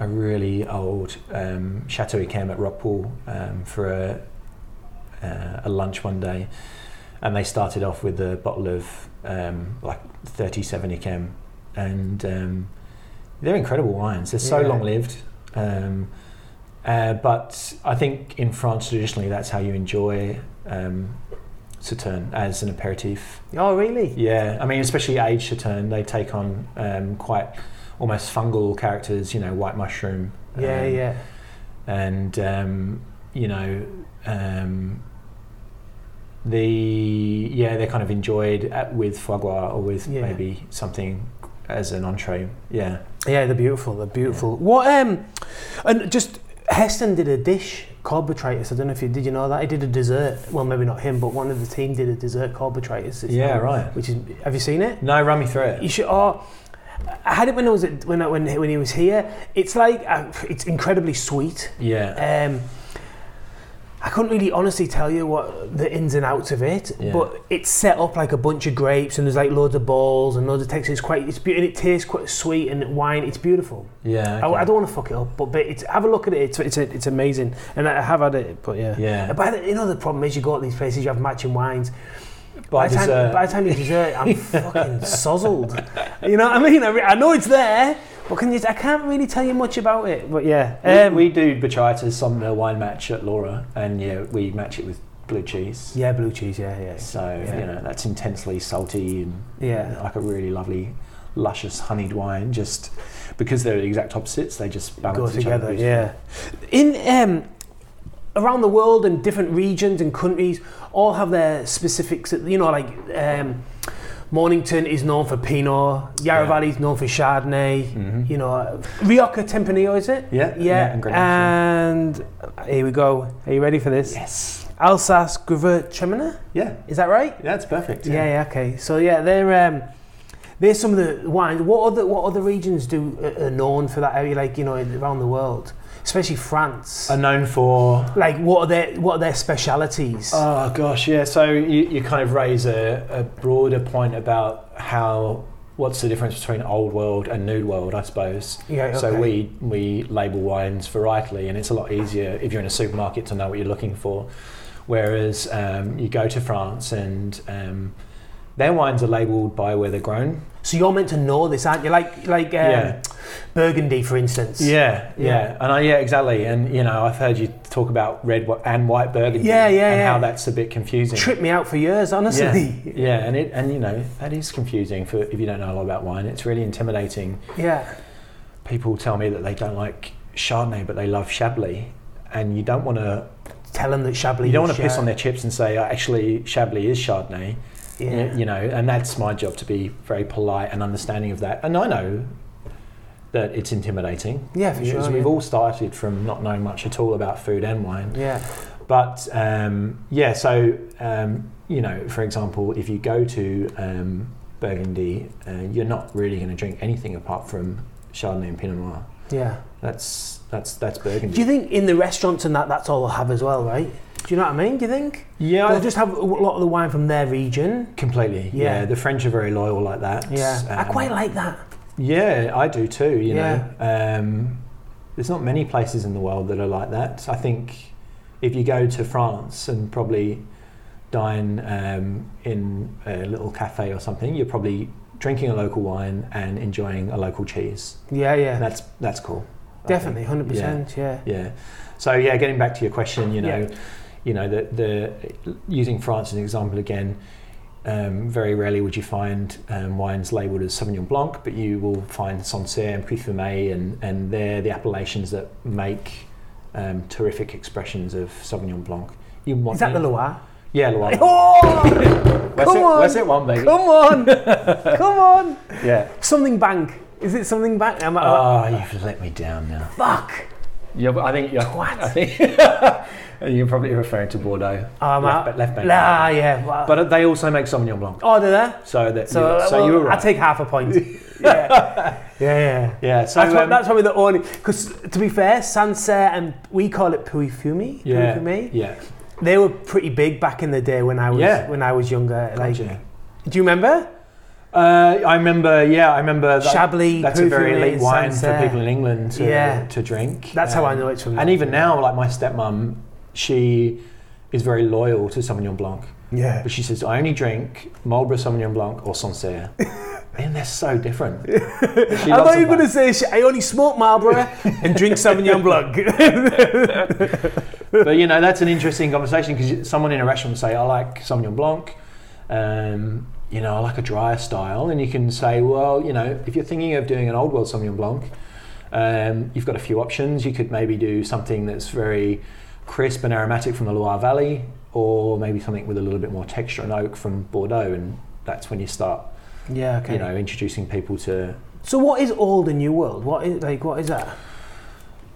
a really old um, Chateau Yquem at Rockpool um, for a, uh, a lunch one day, and they started off with a bottle of um, like 37 Yquem, and um, they're incredible wines. They're so Yeah. long lived. Um, uh, but I think in France traditionally that's how you enjoy um, Sauterne as an aperitif. oh, really? Yeah, I mean, especially aged Saturn, they take on um, quite almost fungal characters. You know, white mushroom. Yeah, um, yeah. And um, you know, um, the yeah, they're kind of enjoyed at, with foie gras or with Yeah. maybe something as an entree. Yeah. Yeah, they're beautiful. They're beautiful. What, um, and just, Heston did a dish called Botrytis. I don't know if you did you know that? He did a dessert. Well, maybe not him, but one of the team did a dessert called Botrytis. It's- Yeah. Right. Which is, have you seen it? No, run me through You it. should. Oh, I had it when I was at, when I, when when he was here. It's like uh, it's incredibly sweet. Yeah. Um, I couldn't really honestly tell you what the ins and outs of it, Yeah. but it's set up like a bunch of grapes and there's like loads of balls and loads of texture. It's quite, it's be- and it tastes quite sweet and wine. It's beautiful. Yeah. I, I okay. don't want to fuck it up, but, but it's, have a look at it. It's it's, it's amazing, and I have had it, but yeah. Yeah. By the, you know the problem is you go to these places, you have matching wines. By the time, dessert. by the time you dessert, I'm fucking sozzled. You know what I mean? I, re- I know it's there, but can you, I can't really tell you much about it. But yeah, We- um, we do botrytis on the wine match at Laura, and yeah, we match it with blue cheese. yeah, blue cheese. Yeah, yeah, So Yeah. you know that's intensely salty and yeah. like a really lovely, luscious honeyed wine. Just because they're the exact opposites, they just balance Go each together. Other. Yeah. In um, around the world and different regions and countries, all have their specifics. You know, like. Um, Mornington is known for Pinot. Yarra Yeah. Valley is known for Chardonnay. You know, Rioja Tempranillo, is it? Mm-hmm. Yeah, yeah, Yeah. and Grenache, yeah. and uh, here we go. Are you ready for this? Yes. Alsace Gewürztraminer. Yeah. Is that right? Yeah, it's perfect. Yeah. yeah. Okay. So yeah, they're um, There's some of the wines. What other what other regions do uh, are are known for that area? Like you know, in- around the world, especially France. Are known for like what are their what are their specialities? Oh gosh, yeah. So you, you kind of raise a, a broader point about how what's the difference between old world and new world, I suppose. Yeah, So okay. we we label wines varietally, and it's a lot easier if you're in a supermarket to know what you're looking for. Whereas um, you go to France and um, their wines are labelled by where they're grown. so you're meant to know this, aren't you? Like like um, Yeah. Burgundy, for instance. Yeah, yeah, Yeah. and I, yeah, exactly. And you know, I've heard you talk about red wh- and white Burgundy. Yeah, yeah, and yeah. how that's a bit confusing. Tripped me out for years, Yeah, honestly. yeah, and it and you know that is confusing for if you don't know a lot about wine. It's really intimidating. Yeah. People tell me that they don't like Chardonnay, but they love Chablis, and you don't want to Tell them that Chablis. you don't is want to piss shit. on their chips and say "Oh, actually Chablis is Chardonnay. Y- Yeah. You know, and that's my job to be very polite and understanding of that. And I know that it's intimidating. Yeah, for because sure, We've yeah. all started from not knowing much at all about food and wine. Yeah. But um, yeah, so um, you know, for example, if you go to um, Burgundy, uh, you're not really going to drink anything apart from Chardonnay and Pinot Noir. Yeah. That's that's that's Do Burgundy. you think in the restaurants and that that's all they'll have as well, right? Do you know what I mean? Do you think? yeah, They'll I- just have a lot of the wine from their region. completely. Yeah. Yeah. the French are very loyal like that. Yeah. I Um, quite like that. Yeah, I do too. You know, um, there's not many places in the world that are like that. I think if you go to France and probably dine um, in a little cafe or something, you're probably drinking a local wine and enjoying a local cheese. Yeah, And yeah. that's that's cool. I Definitely, think. 100%. Yeah. Yeah. So yeah, getting back to your question, you know, Yeah. you know the the using France as an example again. Um, very rarely would you find um, wines labelled as Sauvignon Blanc, but you will find Sancerre and Puy-Fumé, and and they're the appellations that make um, terrific expressions of Sauvignon Blanc. You want Is that the Loire? Yeah, Loire. Oh! Where's come it, on. where's it one, baby? Come on, come on. Yeah. Something bank. Is it something bank? I'm like, Oh, you've let me down now. fuck. Yeah, but I think you're. Twat. I think you're probably referring to Bordeaux. Oh, I'm left, out. ba- left bank. Ah, yeah. Wow. But But they also make Sauvignon Blanc. oh, they're there. So that So, you, so well, you were I right. take half a point. yeah, yeah, yeah. yeah, so That's, what, um, that's probably the only. Because to be fair, Sancerre and we call it Puy Fumi. yeah, Puy Fumi. yeah, They were pretty big back in the day when I was Yeah. when I was younger. Like, gotcha. do you remember Uh, I remember. Yeah, I remember. That, Chablis? that's a Puy very Fumi, elite wine Sancerre. for people in England to, Yeah. to drink. That's how I Um, know it's from. And even now, like my stepmom, she is very loyal to Sauvignon Blanc, yeah, but she says I only drink Marlborough Sauvignon Blanc or Sancerre, and they're so different. I thought you were going to say sh- I only smoke Marlboro and drink Sauvignon Blanc. but you know that's an interesting conversation because someone in a restaurant will say I like Sauvignon Blanc, um, you know I like a drier style, and you can say well you know if you're thinking of doing an old world Sauvignon Blanc, um, you've got a few options. You could maybe do something that's very crisp and aromatic from the Loire Valley, or maybe something with a little bit more texture and oak from Bordeaux, and that's when you start yeah, okay. you know introducing people to. So what is old and new world? What is like what is that?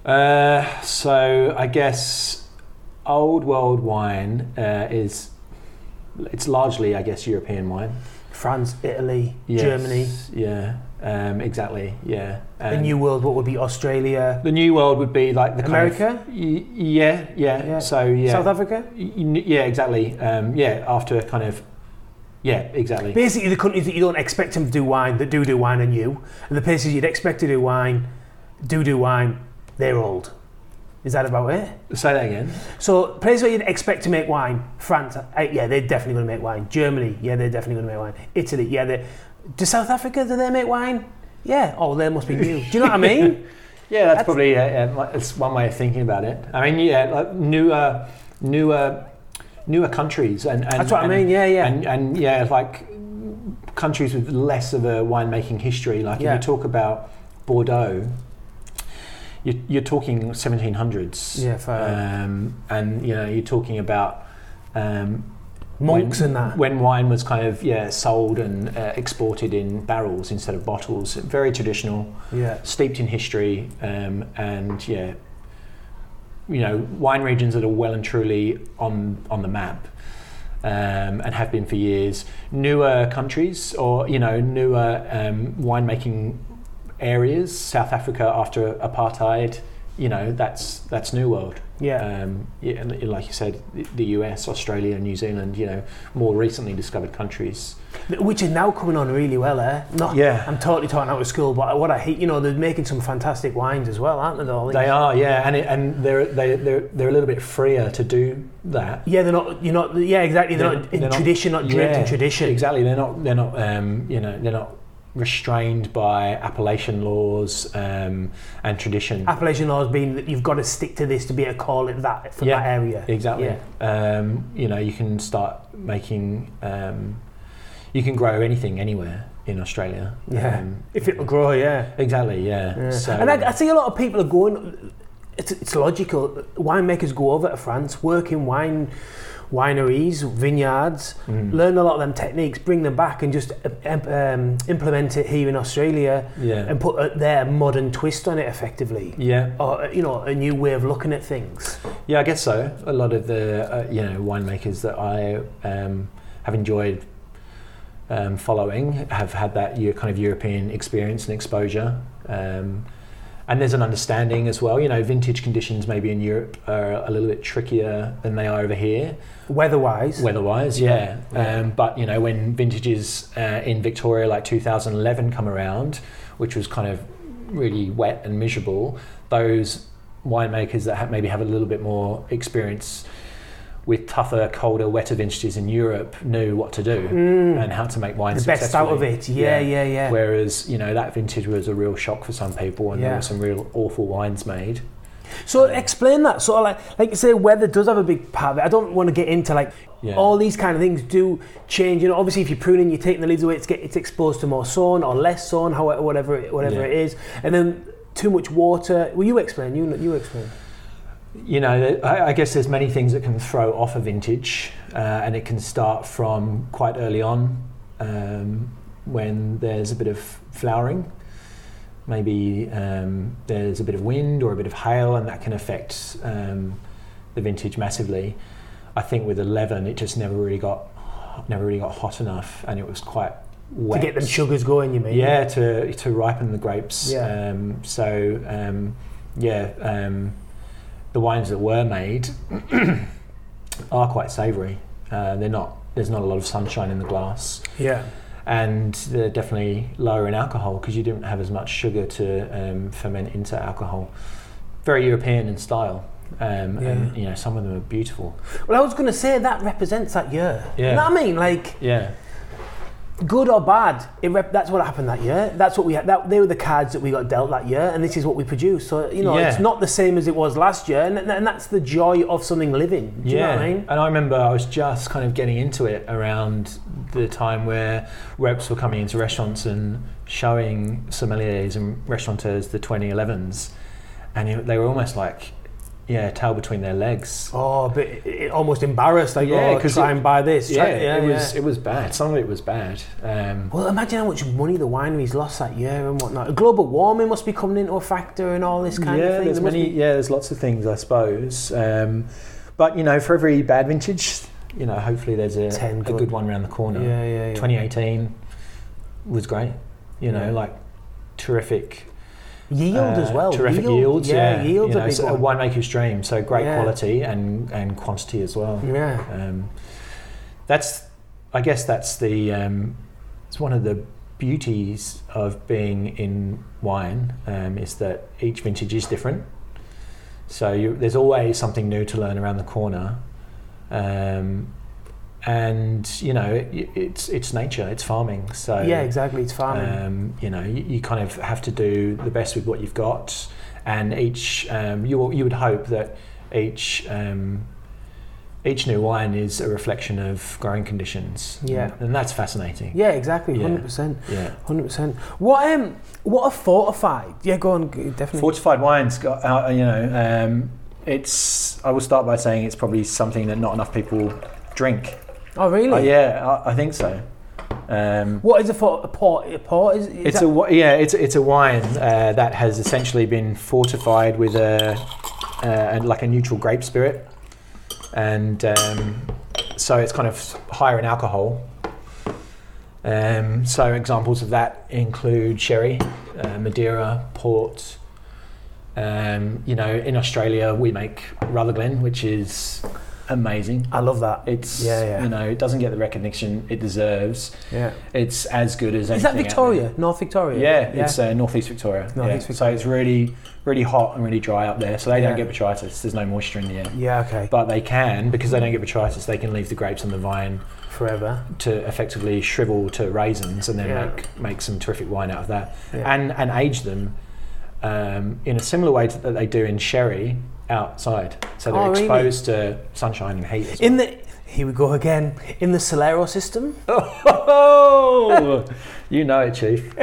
Uh, so I guess old world wine uh, is it's largely I guess European wine. France, Italy, Yes, Germany. Yeah. Um, exactly. Yeah. The Um, new world, what would be Australia, the new world would be like the Kind America, of, y- yeah, yeah. Yeah. So yeah. South Africa? Y- y- yeah. Exactly. Um, yeah. After kind of. Yeah. Exactly. Basically the countries that you don't expect them to do wine that do do wine and you. And the places you'd expect to do wine, do do wine, they're old. Is that about it? Say that again. So places where you'd expect to make wine, France, uh, yeah, they're definitely going to make wine. Germany, yeah, they're definitely going to make wine. Italy, yeah, they. Do South Africa do they make wine? Yeah. Oh, they must be new. Do you know what I mean? Yeah, that's, That's- probably yeah, yeah, it's one way of thinking about it. I mean, yeah, like newer, newer, newer countries, and, and That's what and- I mean. Yeah, yeah. and and yeah, like countries with less of a winemaking history. Like Yeah. if you talk about Bordeaux, you're, you're talking 1700s, Yeah, fair. um, and you know you're talking about um, Monks when, and that. when wine was kind of yeah sold and uh, exported in barrels instead of bottles. Very traditional Yeah. steeped in history um, and yeah you know wine regions that are well and truly on on the map um, and have been for years. Newer countries or you know newer um, winemaking areas, South Africa after apartheid, you know that's that's new world. Yeah. Um, yeah, and like you said, the- the US, Australia, New Zealand, you know, more recently discovered countries. Which is now coming on really well, eh? Not, Yeah. I'm totally talking out of school, but what I hate, you know, they're making some fantastic wines as well, aren't they? though? They are, yeah, and it, and they're they, they're they're a little bit freer to do that. Yeah, they're not. You're not. Yeah, exactly. They're, not in they're tradition, not draped yeah, in tradition. Exactly, they're not they're not um, you know they're not restrained by appellation laws um, and tradition. Appellation law has been that you've got to stick to this to be able to call it that for Yeah, that area. Exactly. Yeah. Um, you know, you can start making, um, you can grow anything anywhere in Australia. Yeah. Um, If it'll grow, yeah. exactly. Yeah. Yeah. So, and I, I see a lot of people are going. It's, it's logical. Winemakers go over to France, work in wine wineries, vineyards, mm. learn a lot of them techniques, bring them back, and just um, um, implement it here in Australia yeah. and put a, their modern twist on it, effectively, yeah. or you know, a new way of looking at things. Yeah. I guess so. A lot of the uh, you know winemakers that I um, have enjoyed um, following have had that Eu- kind of European experience and exposure. Um, and there's an understanding as well. You know, vintage conditions maybe in Europe are a little bit trickier than they are over here. Weather-wise, Weather-wise, yeah. Um, but you know, when vintages uh, in Victoria like 2011 come around, which was kind of really wet and miserable, those winemakers that ha- maybe have a little bit more experience with tougher, colder, wetter vintages in Europe knew what to do and how to make wine Mm. the best out of successfully. it. Yeah, yeah, yeah. Whereas you know that vintage was a real shock for some people, and there Yeah. were some real awful wines made. So explain that. So like, like you say, weather does have a big part of it. I don't want to get into like Yeah. all these kind of things do change. You know, obviously if you're pruning, you're taking the leaves away. It's get it's exposed to more sun or less sun, however, whatever it, whatever Yeah. it is, and then too much water. Will you explain? You you explain. you know, there- I, I guess there's many things that can throw off a vintage, uh, and it can start from quite early on um, when there's a bit of flowering. Maybe um, there's a bit of wind or a bit of hail, and that can affect um, the vintage massively. I think with eleven, it just never really got, never really got hot enough, and it was quite wet To get them sugars going, you mean? yeah to to ripen the grapes Yeah. um, so um, yeah um, the wines that were made are quite savory uh, they're not there's not a lot of sunshine in the glass yeah. and they're definitely lower in alcohol because you didn't have as much sugar to um, ferment into alcohol very european in style um, and you know some of them are beautiful Well, I was going to say that represents that year. Yeah. You know what I mean? Like yeah good or bad, it rep- that's what happened that year. That's what we had. That, they were the cards that we got dealt that year, and this is what we produced. So you know, Yeah. it's not the same as it was last year, and, and that's the joy of something living. Do you know what I mean? And I remember I was just kind of getting into it around the time where reps were coming into restaurants and showing sommeliers and restaurateurs the 2011s. And it, they were almost like, yeah, tail between their legs. Oh, but it, it almost embarrassed. Like, Yeah, oh, 'cause try it- and buy this. try- it was it was bad. Some of it was bad. Um, Well, imagine how much money the wineries lost that year and whatnot. Global warming must be coming into a factor and all this kind yeah, of thing. there's There must many. be- Yeah, there's lots of things, I suppose. Um, but you know, for every bad vintage, you know, hopefully there's a, Ten a good- good one around the corner. yeah, yeah, yeah. 2018 was great. You know, Yeah. like terrific yield uh, as well. Terrific yield, yields. Yeah, yields you a know, big so uh, a one. winemaker's dream. So great Yeah. quality and and quantity as well. Yeah, Um, that's, I guess, that's the. Um, it's one of the beauties of being in wine um, is that each vintage is different. So you, there's always something new to learn around the corner, um, and you know it, it's it's nature, it's farming. So yeah, exactly. It's farming. um, you know, you, you kind of have to do the best with what you've got, and each um, you will- you would hope that each um, each new wine is a reflection of growing conditions. Yeah. and that's fascinating. yeah, exactly. yeah. Hundred percent. Yeah. Hundred percent. What um, what are fortified? Yeah, go on. g- Definitely. Fortified wines, got, uh, you know, um, it's. I will start by saying it's probably something that not enough people drink. oh, really? Uh, yeah, I, I think so. Um, What is a fort? A port? A port is, is It's that, a wi- yeah, it's it's a wine uh, that has essentially been fortified with a uh, and like a neutral grape spirit, and um, so it's kind of higher in alcohol. Um, so examples of that include sherry, uh, Madeira, port. Um, you know, in Australia we make Rutherglen, which is amazing. I love that. It's Yeah, yeah. you know it doesn't get the recognition it deserves. Yeah. It's as good as Is anything. out that there. Victoria? North Victoria? Yeah, yeah. it's uh, northeast Victoria. North yeah. East So it's really, really hot and really dry up there. So they don't Yeah. get botrytis. There's no moisture in the air. Yeah, okay. But they can because they don't get botrytis. They can leave the grapes on the vine Forever. to effectively shrivel to raisins and then Yeah. make, make some terrific wine out of that Yeah. and and age them um, in a similar way to, that they do in sherry outside. So they're Oh, really? exposed to sunshine and heat. As well. In the here we go again. In the Solero system, oh, you know it, Chief.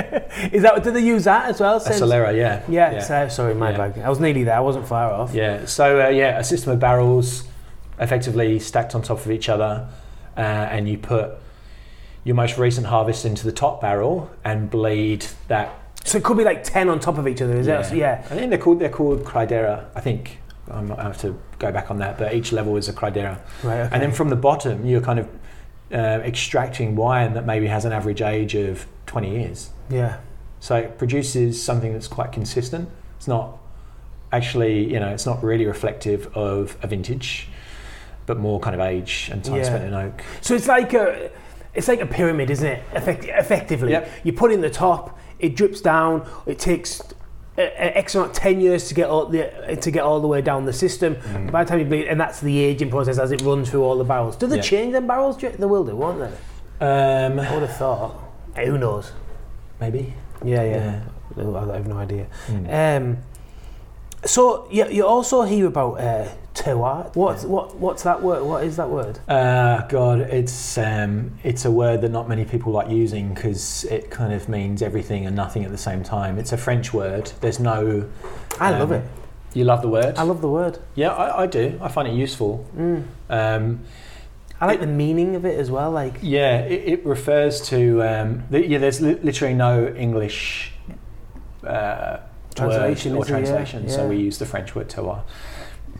is that? Do they use that as well? A Solera, yeah. Yeah. so- sorry, my Yeah. bad. I was nearly there. I wasn't far off. Yeah. So uh, yeah, a system of barrels, effectively stacked on top of each other, uh, and you put your most recent harvest into the top barrel and bleed that. So it could be like ten on top of each other. Is that? Yeah. I think they're called they're called cridera. I think I'm not, I have to go back on that, but each level is a cridera, Right. Okay. and then from the bottom you're kind of uh, extracting wine that maybe has an average age of 20 years. yeah. So it produces something that's quite consistent. It's not actually, you know, it's not really reflective of a vintage, but more kind of age and time Yeah. spent in oak. So it's like a, it's like a pyramid, isn't it? Effect- effectively, Yep. you put in the top, it drips down. It takes a- a- X amount ten years to get all the to get all the way down the system. Mm-hmm. By the time you bleed, and that's the aging process as it runs through all the barrels. Do they Yeah. change them barrels? Do you- They will do, won't they? Um, I would have thought. Eh, Who knows? maybe. Yeah, yeah. Yeah. No, I have no idea. Mm. Um, so you, you also hear about uh, terroir. What's what what's that word? What is that word? Uh, God, it's um, it's a word that not many people like using because it kind of means everything and nothing at the same time. It's a French word. There's no. I love um, it. You love the word? I love the word. yeah, I, I do. I find it useful. Mm. Um, I like the meaning of it as well. Like Yeah, it, it refers to um, th- yeah. There's li- literally no English uh, Translation, word or is it? Yeah, translation, so yeah. we use the French word terroir,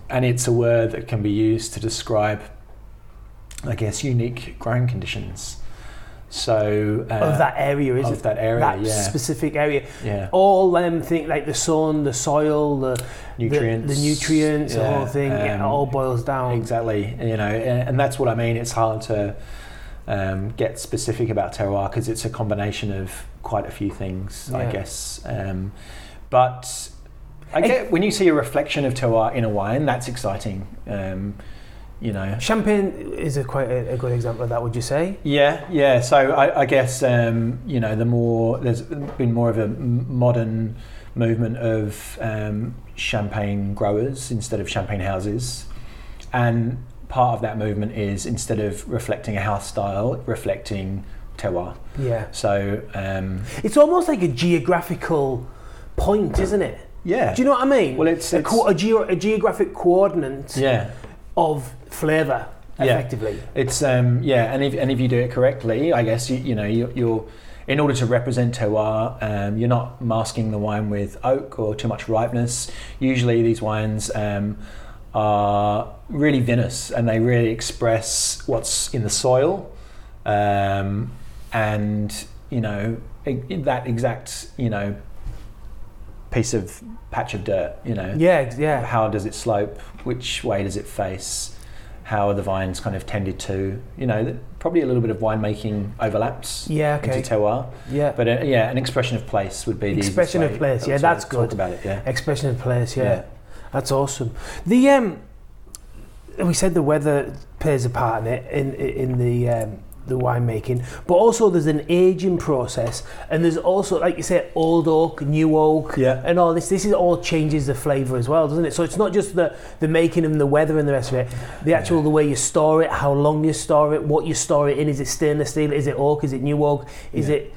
and it's a word that can be used to describe, I guess, unique growing conditions. So uh, of that area, is of it? that area, that yeah, specific area. yeah, All them things like the sun, the soil, the nutrients, the, the nutrients, the whole yeah, thing. yeah, it um, all boils down. Exactly, you know, and, and that's what I mean. It's hard to um, get specific about terroir because it's a combination of quite a few things, Yeah. I guess. Um, but I Hey- get when you see a reflection of terroir in a wine, that's exciting. Um, you know, Champagne is a quite a, a good example of that. Would you say? yeah, yeah. So I, I guess um, you know the more there's been more of a m- modern movement of um, champagne growers instead of champagne houses, and part of that movement is instead of reflecting a house style, reflecting terroir. Yeah. So um, It's almost like a geographical point, isn't it? yeah, Do you know what I mean? Well, it's- a, it's- co- a, geo- a geographic coordinate yeah. of flavour, Yeah. effectively. It's um, yeah, and if and if you do it correctly, I guess you you know you, you're in order to represent terroir, um, you're not masking the wine with oak or too much ripeness. Usually, these wines um, are really vinous, and they really express what's in the soil, um, and you know i- i- that exact you know piece of patch of dirt, you know Yeah, ex- yeah, how does it slope? Which way does it face? How are the vines kind of tended to? You know, th- probably a little bit of winemaking overlaps yeah. Okay, into terroir, yeah. but uh, yeah, an expression of place would be the easiest Expression of way place, to yeah, that's talk good. about it. Yeah, Expression of place. Yeah. Yeah. that's awesome. The um, we said the weather plays a part in it in in the um, the winemaking, but also there's an aging process, and there's also like you said, old oak, new oak, Yeah. and all this. This is all changes the flavour as well, doesn't it? So it's not just the the making and the weather and the rest of it. The actual the way you store it, how long you store it, what you store it in. Is it stainless steel? Is it oak? Is it new oak? Is Yeah. it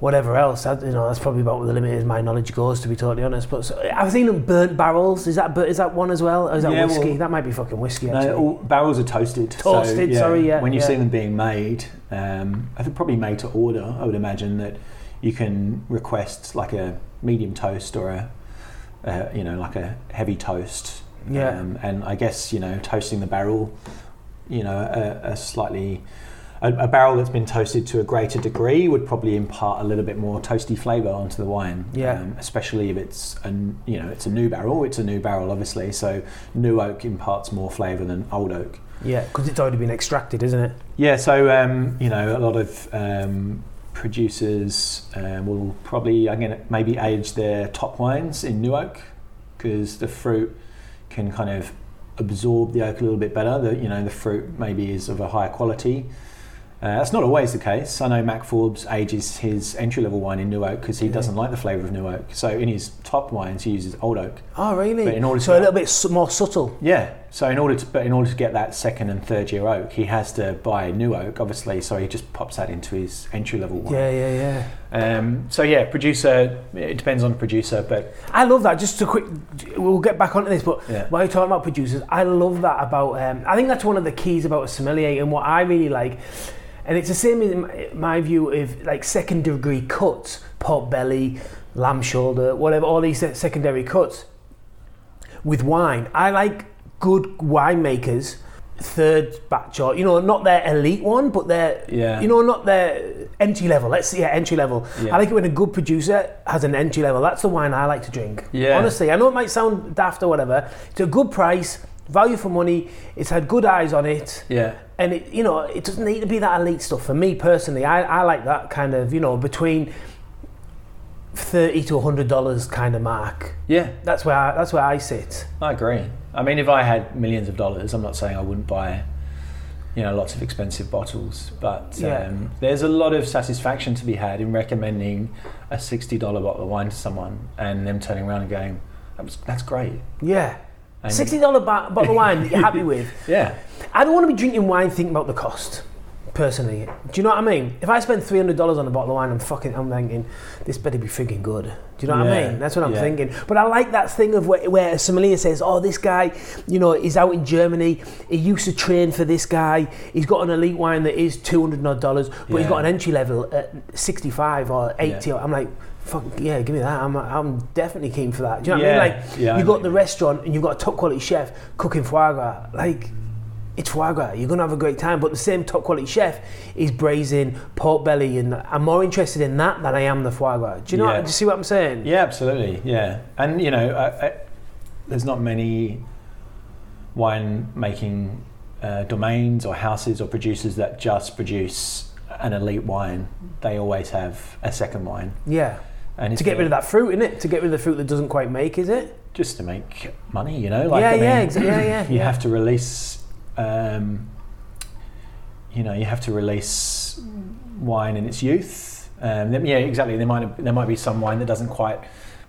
whatever else? That, you know, that's probably about the limit as my knowledge goes. To be totally honest, but so, I've seen them burnt barrels. Is that bur- is that one as well? oh. Or is that Yeah, whiskey? well- that might be fucking whiskey. Actually. No, all barrels are toasted. so, Toasted, sorry, yeah, When you yeah. see them being made, um, I think probably made to order. I would imagine that you can request like a medium toast or a, uh, you know, like a heavy toast. Yeah. Um, and I guess you know, toasting the barrel you know, a, a slightly a, a barrel that's been toasted to a greater degree would probably impart a little bit more toasty flavour onto the wine. um, Yeah. especially if it's an you know it's a new barrel. It's a new barrel, obviously. So new oak imparts more flavour than old oak. Yeah, because it's already been extracted, isn't it? Yeah, so um, you know, a lot of um, producers um, will probably again maybe age their top wines in new oak because the fruit can kind of absorb the oak a little bit better. The, you know, the fruit maybe is of a higher quality. Uh, that's not always the case. I know Mac Forbes ages his entry level wine in new oak because he doesn't like the flavour of new oak. So in his top wines, he uses old oak. Oh, really? But in order to so a get- little bit su- more subtle. Yeah. So in order to but in order to get that second and third year oak, he has to buy new oak, obviously. So he just pops that into his entry level one. Yeah, yeah, yeah. Um, so yeah, producer. It depends on producer, but I love that. Just a quick, we'll get back onto this, but Yeah. while you're talking about producers, I love that about. Um, I think that's one of the keys about a sommelier and what I really like. And it's the same in my- my view of like second degree cuts, pork belly, lamb shoulder, whatever, all these se- secondary cuts with wine. I like good winemakers, third batch or, you know, not their elite one, but their, Yeah. you know, not their entry level. Let's see, yeah, entry level. Yeah. I like it when a good producer has an entry level. That's the wine I like to drink. Yeah. Honestly, I know it might sound daft or whatever. It's a good price, value for money. It's had good eyes on it. yeah, And it, you know, it doesn't need to be that elite stuff. For me personally, I, I like that kind of, you know, between thirty to hundred dollars kind of mark. yeah, That's where I, that's where I sit. I agree. I mean, if I had millions of dollars, I'm not saying I wouldn't buy, you know, lots of expensive bottles, but Yeah. um, there's a lot of satisfaction to be had in recommending a sixty dollar bottle of wine to someone and them turning around and going, that was, "That's great." Yeah. And- Sixty dollar ba- bottle of wine that you're happy with. Yeah, I don't want to be drinking wine thinking about the cost. Personally, do you know what I mean? If I spend three hundred dollars on a bottle of wine, I'm fucking, I'm thinking this better be freaking good. Do you know what Yeah, I mean? That's what I'm yeah. thinking. But I like that thing of where, where a sommelier says, "Oh, this guy, you know, is out in Germany. He used to train for this guy. He's got an elite wine that is two hundred odd dollars, but he's Yeah. got an entry level at sixty-five or eighty. Or, I'm like, fuck yeah, give me that. I'm, I'm definitely keen for that. Do you know Yeah, what I mean? Like, yeah, I you've know got the restaurant and you've got a top quality chef cooking foie gras, like it's foie gras. You're gonna have a great time. But the same top quality chef is braising pork belly, and I'm more interested in that than I am the foie gras. Do you know? Yeah. Do you see what I'm saying? yeah, absolutely. Yeah, and you know, I, I, there's not many wine making uh, domains or houses or producers that just produce an elite wine. They always have a second wine, Yeah. and it's To get rid of that fruit in it, to get rid of the fruit that doesn't quite make, is it? just to make money. You know, like yeah, I mean, yeah, exa- yeah, yeah, you yeah. have to release. Um, you know, you have to release wine in its youth. Um, then- yeah, exactly. There might there might be some wine that doesn't quite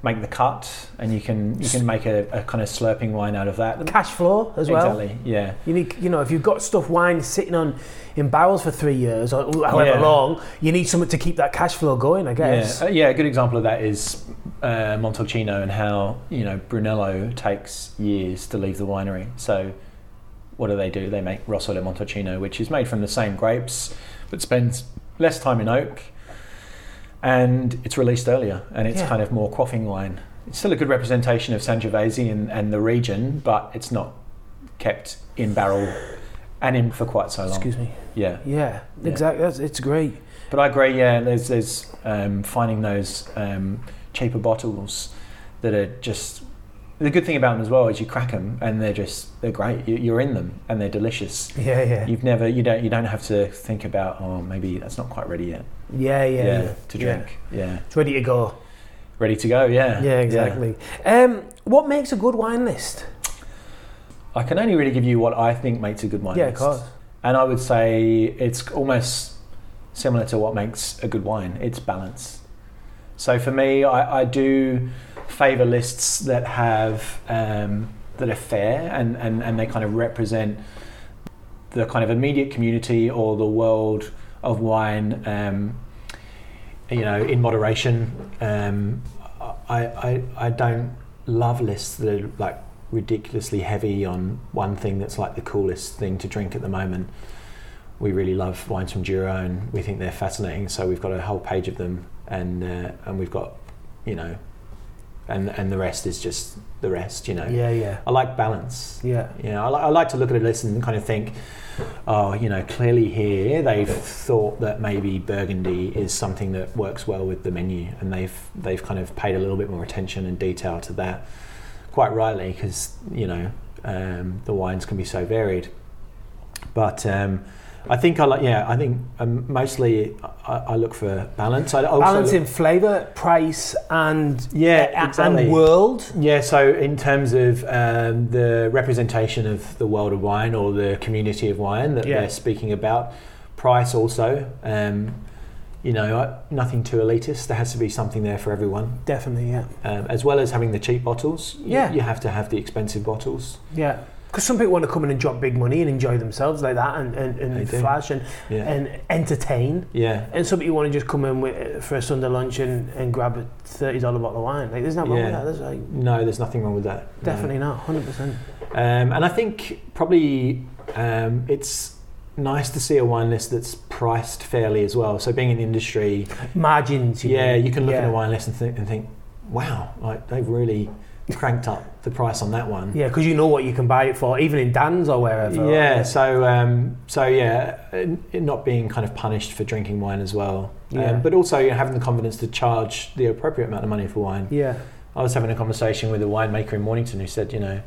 make the cut, and you can you can make a, a kind of slurping wine out of that. Cash flow as well. Exactly. Yeah. You need, you know, if you've got stuff wine sitting on in barrels for three years or however Oh, Yeah. long, you need something to keep that cash flow going. I guess. Yeah, Uh, yeah. A good example of that is uh, Montalcino and how you know Brunello takes years to leave the winery. So, what do they do? They make Rosso del Montalcino, which is made from the same grapes, but spends less time in oak, and it's released earlier, and it's Yeah. kind of more quaffing wine. It's still a good representation of Sangiovese and, and the region, but it's not kept in barrel and in for quite so long. Excuse me. Yeah. Yeah, Yeah. exactly. That's, it's great. But I agree. Yeah, there's there's um, finding those um, cheaper bottles that are just the good thing about them as well is you crack them and they're just they're great. You, you're in them and they're delicious. Yeah, yeah. You've never you don't you don't have to think about oh maybe that's not quite ready yet. Yeah, yeah, yeah. to yeah. drink. Yeah. It's ready to go. ready to go. Yeah, Yeah, exactly. Um, what makes a good wine list? I can only really give you what I think makes a good wine. yeah, of list. course. And I would say it's almost similar to what makes a good wine. It's balance. So for me, I, I do favour lists that have um, that are fair and, and, and they kind of represent the kind of immediate community or the world of wine. Um, you know, in moderation. Um, I, I I don't love lists that are like ridiculously heavy on one thing that's like the coolest thing to drink at the moment. We really love wines from Jura and we think they're fascinating, so we've got a whole page of them, and uh, and we've got you know and and the rest is just the rest. You know, Yeah, yeah, I like balance. yeah. You know, I, li- I like to look at a list and kind of think, oh, you know, clearly here they've thought that maybe Burgundy is something that works well with the menu, and they've they've kind of paid a little bit more attention and detail to that, quite rightly, because you know um, the wines can be so varied. But um, I think I like, yeah, I think um, mostly I, I look for balance. I also Balance look- in flavour, price, and yeah, a- exactly. and world. Yeah, so in terms of um, the representation of the world of wine or the community of wine that Yeah. they're speaking about, price also, um, you know, I- nothing too elitist. There has to be something there for everyone, Definitely, yeah, um, as well as having the cheap bottles. you- Yeah. you have to have the expensive bottles. yeah. Because some people want to come in and drop big money and enjoy themselves like that, and and, They and do. flash and, Yeah, and entertain. yeah, And some people want to just come in with, for a Sunday lunch and, and grab a thirty dollar bottle of wine. Like, there's no wrong Yeah. with that. There's like no, there's nothing wrong with that. No. definitely not, hundred percent. Um, and I think probably um, it's nice to see a wine list that's priced fairly as well. So being in the industry, Margins. You Yeah, mean. you can look at Yeah. a wine list and think, and think, wow, like they've really cranked up the price on that one. Yeah, because you know what you can buy it for, even in Dan's or wherever. Yeah, so um, so yeah, it- it not being kind of punished for drinking wine as well, Yeah. um, but also you know, having the confidence to charge the appropriate amount of money for wine. yeah, I was having a conversation with a winemaker in Mornington who said, you know,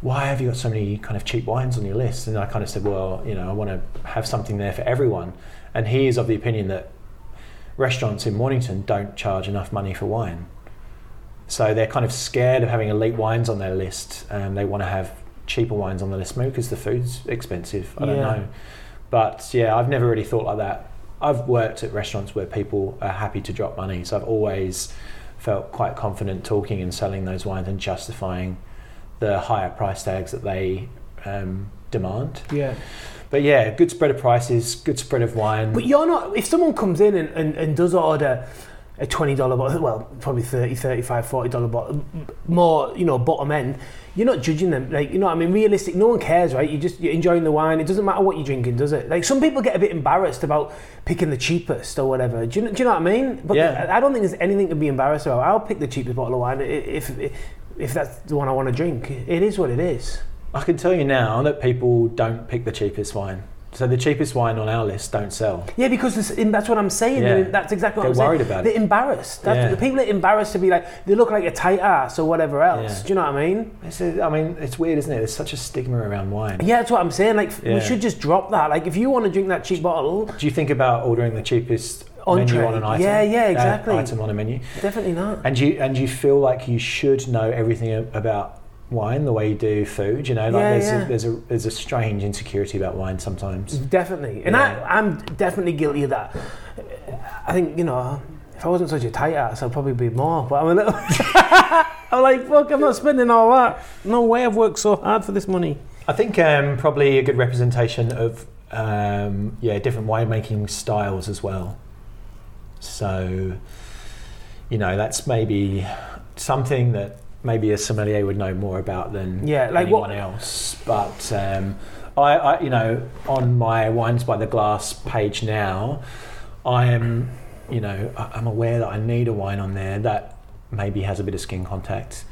why have you got so many kind of cheap wines on your list? And I kind of said, well, you know, I want to have something there for everyone. And he is of the opinion that restaurants in Mornington don't charge enough money for wine. So they're kind of scared of having elite wines on their list and they want to have cheaper wines on the list, maybe because the food's expensive. I don't Yeah. know. But yeah, I've never really thought like that. I've worked at restaurants where people are happy to drop money. So I've always felt quite confident talking and selling those wines and justifying the higher price tags that they um, demand. yeah. But yeah, good spread of prices, good spread of wine. But you're not. If someone comes in and, and, and does order a twenty dollar bottle, well, probably 30 35 forty dollar bottle, m- more you know bottom end. You're not judging them, like you know. What I mean, realistic. No one cares, right? You just you're enjoying the wine. It doesn't matter what you're drinking, does it? Like some people get a bit embarrassed about picking the cheapest or whatever. Do you, know- do you know what I mean? But Yeah. I I don't think there's anything to be embarrassed about. I'll pick the cheapest bottle of wine i- if if that's the one I want to drink. It is what it is. I can tell you now that people don't pick the cheapest wine. So the cheapest wine on our list don't sell. Yeah, because this, in, that's what I'm saying. Yeah. They're- That's exactly what They're I'm saying. worried about They're it. embarrassed. That's, Yeah. The people are embarrassed to be like they look like a tight ass or whatever else. Yeah. Do you know what I mean? It's a, I mean, it's weird, isn't it? There's such a stigma around wine. Yeah, that's what I'm saying. Like f Yeah. we should just drop that. Like if you want to drink that cheap bottle, Do you think about ordering the cheapest Entree. menu on an item? Yeah, yeah, Uh, exactly. item on a menu, definitely not. and you and you feel like you should know everything a- about wine the way you do food. You know, like Yeah, there's yeah. A, there's a there's a strange insecurity about wine sometimes. Definitely, and Yeah. I, I'm definitely guilty of that. I think you know, if I wasn't such a tight ass, I'd probably be more. But I'm a little. I'm like, fuck! I'm not spending all that. No way! I've worked so hard for this money. I think um, probably a good representation of um, yeah different winemaking styles as well. So you know that's maybe something that maybe a sommelier would know more about than Yeah, like anyone what- else. But um, I, I you know on my wines by the glass page now, I am you know I- I'm aware that I need a wine on there that maybe has a bit of skin contact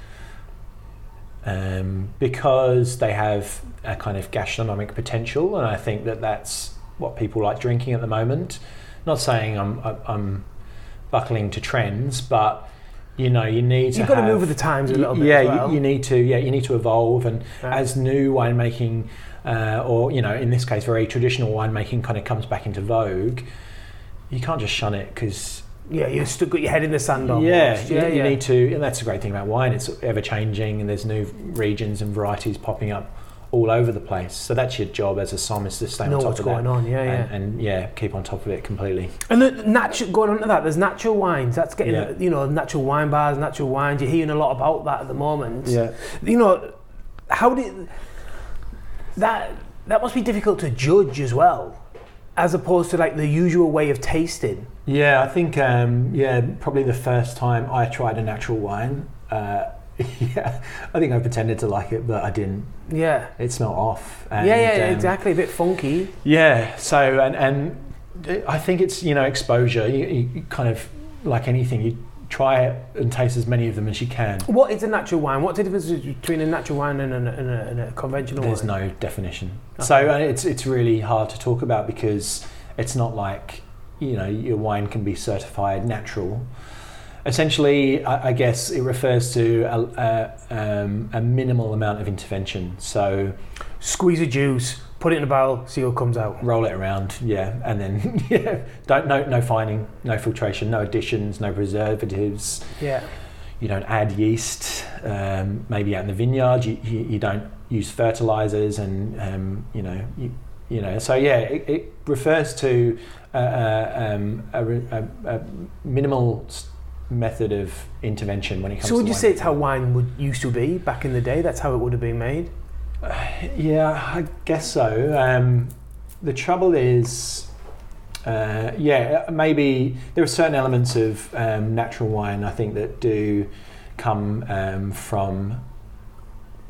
um, because they have a kind of gastronomic potential, and I think that that's what people like drinking at the moment. Not saying I'm I- I'm buckling to trends, but you know you need to You've got to have- move with the times a little bit. yeah, as you- well. you, need to. Yeah, you need to evolve, and Yeah. as new winemaking, uh, or you know, in this case, very traditional winemaking, kind of comes back into vogue. You can't just shun it because yeah, you've still got your head in the sand. Almost. yeah, you- you, need to, and that's the great thing about wine. It's ever changing, and there's new regions and varieties popping up all over the place. So that's your job as a sommelier is to stay know on top what's of going that. on. Yeah, yeah. And, and yeah, keep on top of it completely. And the natural going on to that, there's natural wines. That's getting Yeah. you know natural wine bars, natural wines. You're hearing a lot about that at the moment. You know, how did that? That must be difficult to judge as well, as opposed to like the usual way of tasting. Yeah, I think um, yeah, probably the first time I tried a natural wine. Uh, yeah, I think I pretended to like it, but I didn't. Yeah. It smelled off. And, yeah, yeah, um, exactly. A bit funky. Yeah. So and and I think it's you know exposure. You, you kind of like anything you try it and taste as many of them as she can. What is a natural wine? What's the difference between a natural wine and a, and a, and a conventional There's wine? no definition. So uh, it's it's really hard to talk about because it's not like you know your wine can be certified natural. Essentially, I, I guess it refers to a, a, um, a minimal amount of intervention. So Squeeze a juice, put it in a barrel, see what comes out. roll it around, yeah, and then yeah, don't no no fining, no filtration, no additions, no preservatives. Yeah. you don't add yeast. Um, maybe out in the vineyard, you, you, you don't use fertilizers, and um, you know, you, you know. So yeah, it, it refers to uh, uh, um, a, re- a, a minimal s- method of intervention when it comes. to So would you wine. say it's how wine would used to be back in the day? That's how it would have been made. Yeah, I guess so. Um, the trouble is, uh, yeah, maybe there are certain elements of um, natural wine I think that do come um, from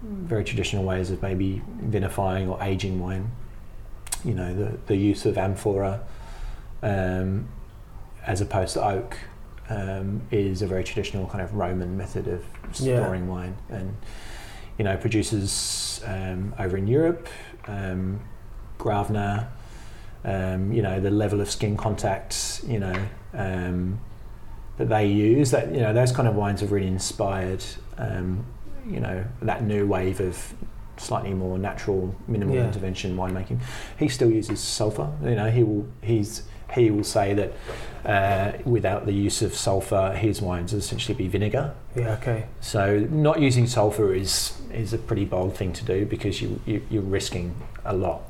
very traditional ways of maybe vinifying or aging wine. You know, the, the use of amphora um, as opposed to oak um, is a very traditional kind of Roman method of Yeah. storing wine. And, you know, producers um, over in Europe, um, Gravna, um, you know, the level of skin contact, you know, um, that they use, that, you know, those kind of wines have really inspired, um, you know, that new wave of slightly more natural, minimal Yeah. intervention winemaking. He still uses sulfur, you know, he will, he's, he will say that uh, without the use of sulfur, his wines would essentially be vinegar. Yeah. Okay. So not using sulfur is is a pretty bold thing to do because you, you you're risking a lot.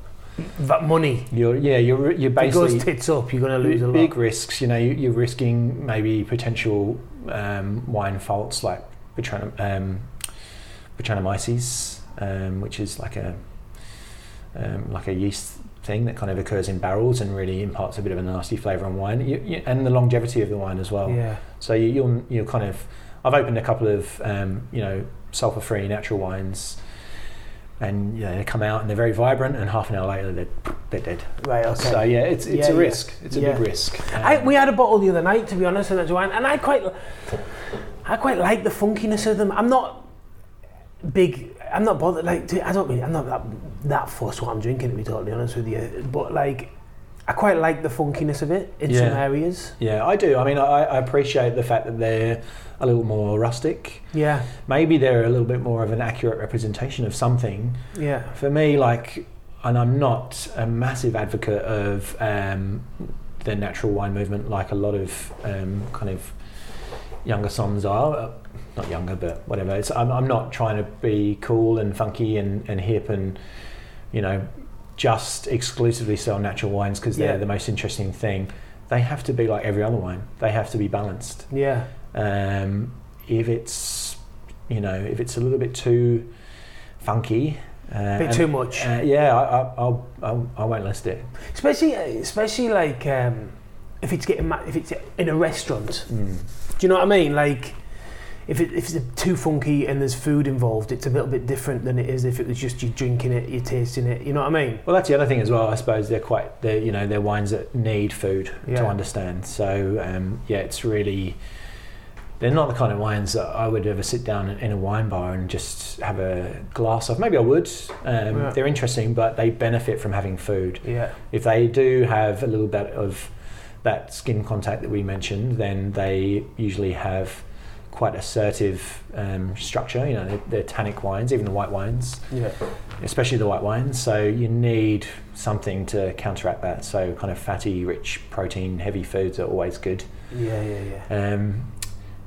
That money. You're yeah you're you're If it goes basically tits up, you're going to lose a lot. big risks. You know you, you're risking maybe potential um, wine faults like Botrytis- um, Botrytis, um, which is like a um, like a yeast thing that kind of occurs in barrels and really imparts a bit of a nasty flavour on wine you, you, and the longevity of the wine as well. Yeah. So you, you'll you'll kind of I've opened a couple of um, you know sulfur free natural wines, and you know, they come out and they're very vibrant, and half an hour later they're they're dead. Right. Okay. So yeah, it's it's a Yeah, yeah. risk. It's a Yeah. big risk. Um, I, we had a bottle the other night, to be honest, and that's wine, and I quite, I quite like the funkiness of them. I'm not big. I'm not bothered. Like to, I don't really. I'm not that that fussed what I'm drinking. To be totally honest with you, but like, I quite like the funkiness of it in some Yeah. areas. yeah, I do. I mean, I, I appreciate the fact that they're a little more rustic. Yeah, Maybe they're a little bit more of an accurate representation of something. yeah, For me, like, and I'm not a massive advocate of um, the natural wine movement, like a lot of um, kind of younger sons are. Uh, Not younger, but whatever. It's, I'm, I'm not trying to be cool and funky and, and hip and, you know, just exclusively sell natural wines because they're Yeah. the most interesting thing. They have to be like every other wine. They have to be balanced yeah, um, if it's you know if it's a little bit too funky uh, a bit and- too much. uh, yeah I, I, I'll, I'll I won't list it especially, especially like um, if it's getting ma- if it's in a restaurant. mm. Do you know what I mean? Like, if, it, if it's too funky and there's food involved, it's a little bit different than it is if it was just you drinking it, you tasting it. You know what I mean? well that's the other thing as well I suppose they're quite they're you know they're wines that need food Yeah. to understand so um, yeah it's really they're not the kind of wines that I would ever sit down in a wine bar and just have a glass of. Maybe I would. Um, Yeah. They're interesting, but they benefit from having food. Yeah. If they do have a little bit of that skin contact that we mentioned, then they usually have quite assertive um, structure. You know, they're, they're tannic wines, even the white wines, Yeah. especially the white wines. So you need something to counteract that. So kind of fatty, rich, protein-heavy foods are always good. Yeah, yeah, yeah. Um,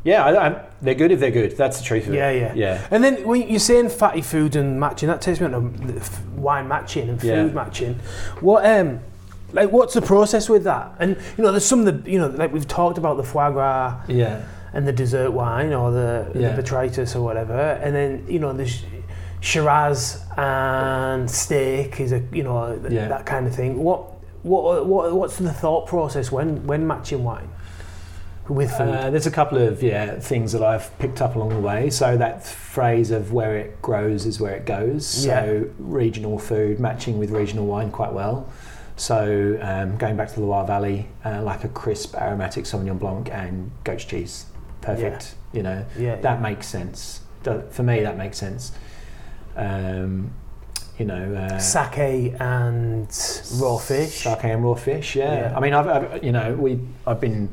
yeah, I, I, they're good if they're good. That's the truth of Yeah, it. yeah. yeah. And then when you're saying fatty food and matching, that takes me on to the f- wine matching and food Yeah. matching. What, um, like, what's the process with that? And, you know, there's some of the, you know, like we've talked about the foie gras Yeah. and the dessert wine or the, Yeah. the botrytis or whatever, and then you know there's Shiraz and steak is a you know th- Yeah. that kind of thing. What what what what's the thought process when when matching wine with food? Uh, there's a couple of yeah things that I've picked up along the way. So that phrase of where it grows is where it goes. Yeah. So regional food matching with regional wine quite well. So um, going back to the Loire Valley, uh, like a crisp aromatic Sauvignon Blanc and goat's cheese. perfect. You know, Yeah. that makes sense. Do- For me, that makes sense. Um, you know, uh, sake and raw fish. sake and raw fish. Yeah, Yeah. I mean, I've, I've you know we I've been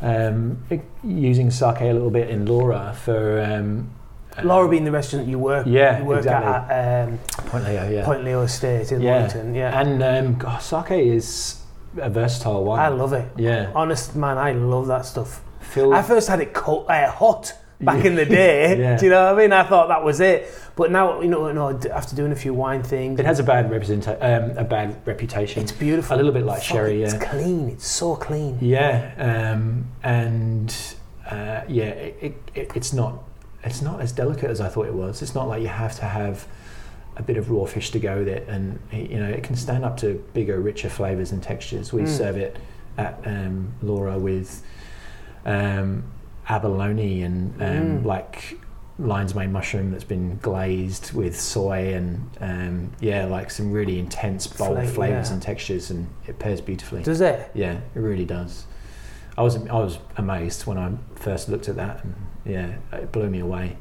um, using sake a little bit in Laura for um, uh, Laura being the restaurant you work, Yeah, you work exactly. at, at um, Point Leo, yeah, Point Leo Estate in Yeah. Wellington. Yeah, and um, God, sake is a versatile one. I love it. yeah, Honest man, I love that stuff. Phil, I first had it cold, uh, hot back in the day. Yeah. Do you know what I mean? I thought that was it, but now you know, no, d- after doing a few wine things, it has a bad representa- um, a bad reputation. it's beautiful. a little bit like Fuck, sherry, It's yeah. clean. It's so clean. Yeah, um, and uh, yeah, it, it, it, it's not it's not as delicate as I thought it was. It's not like you have to have a bit of raw fish to go with it, and you know it can stand up to bigger, richer flavors and textures. We Mm. serve it at um, Laura with um, abalone and um, Mm. like lion's mane mushroom that's been glazed with soy and um, yeah, like some really intense bold Fla- flavors yeah. and textures, and it pairs beautifully. Does it? Yeah, it really does. I was I was amazed when I first looked at that, and yeah, it blew me away.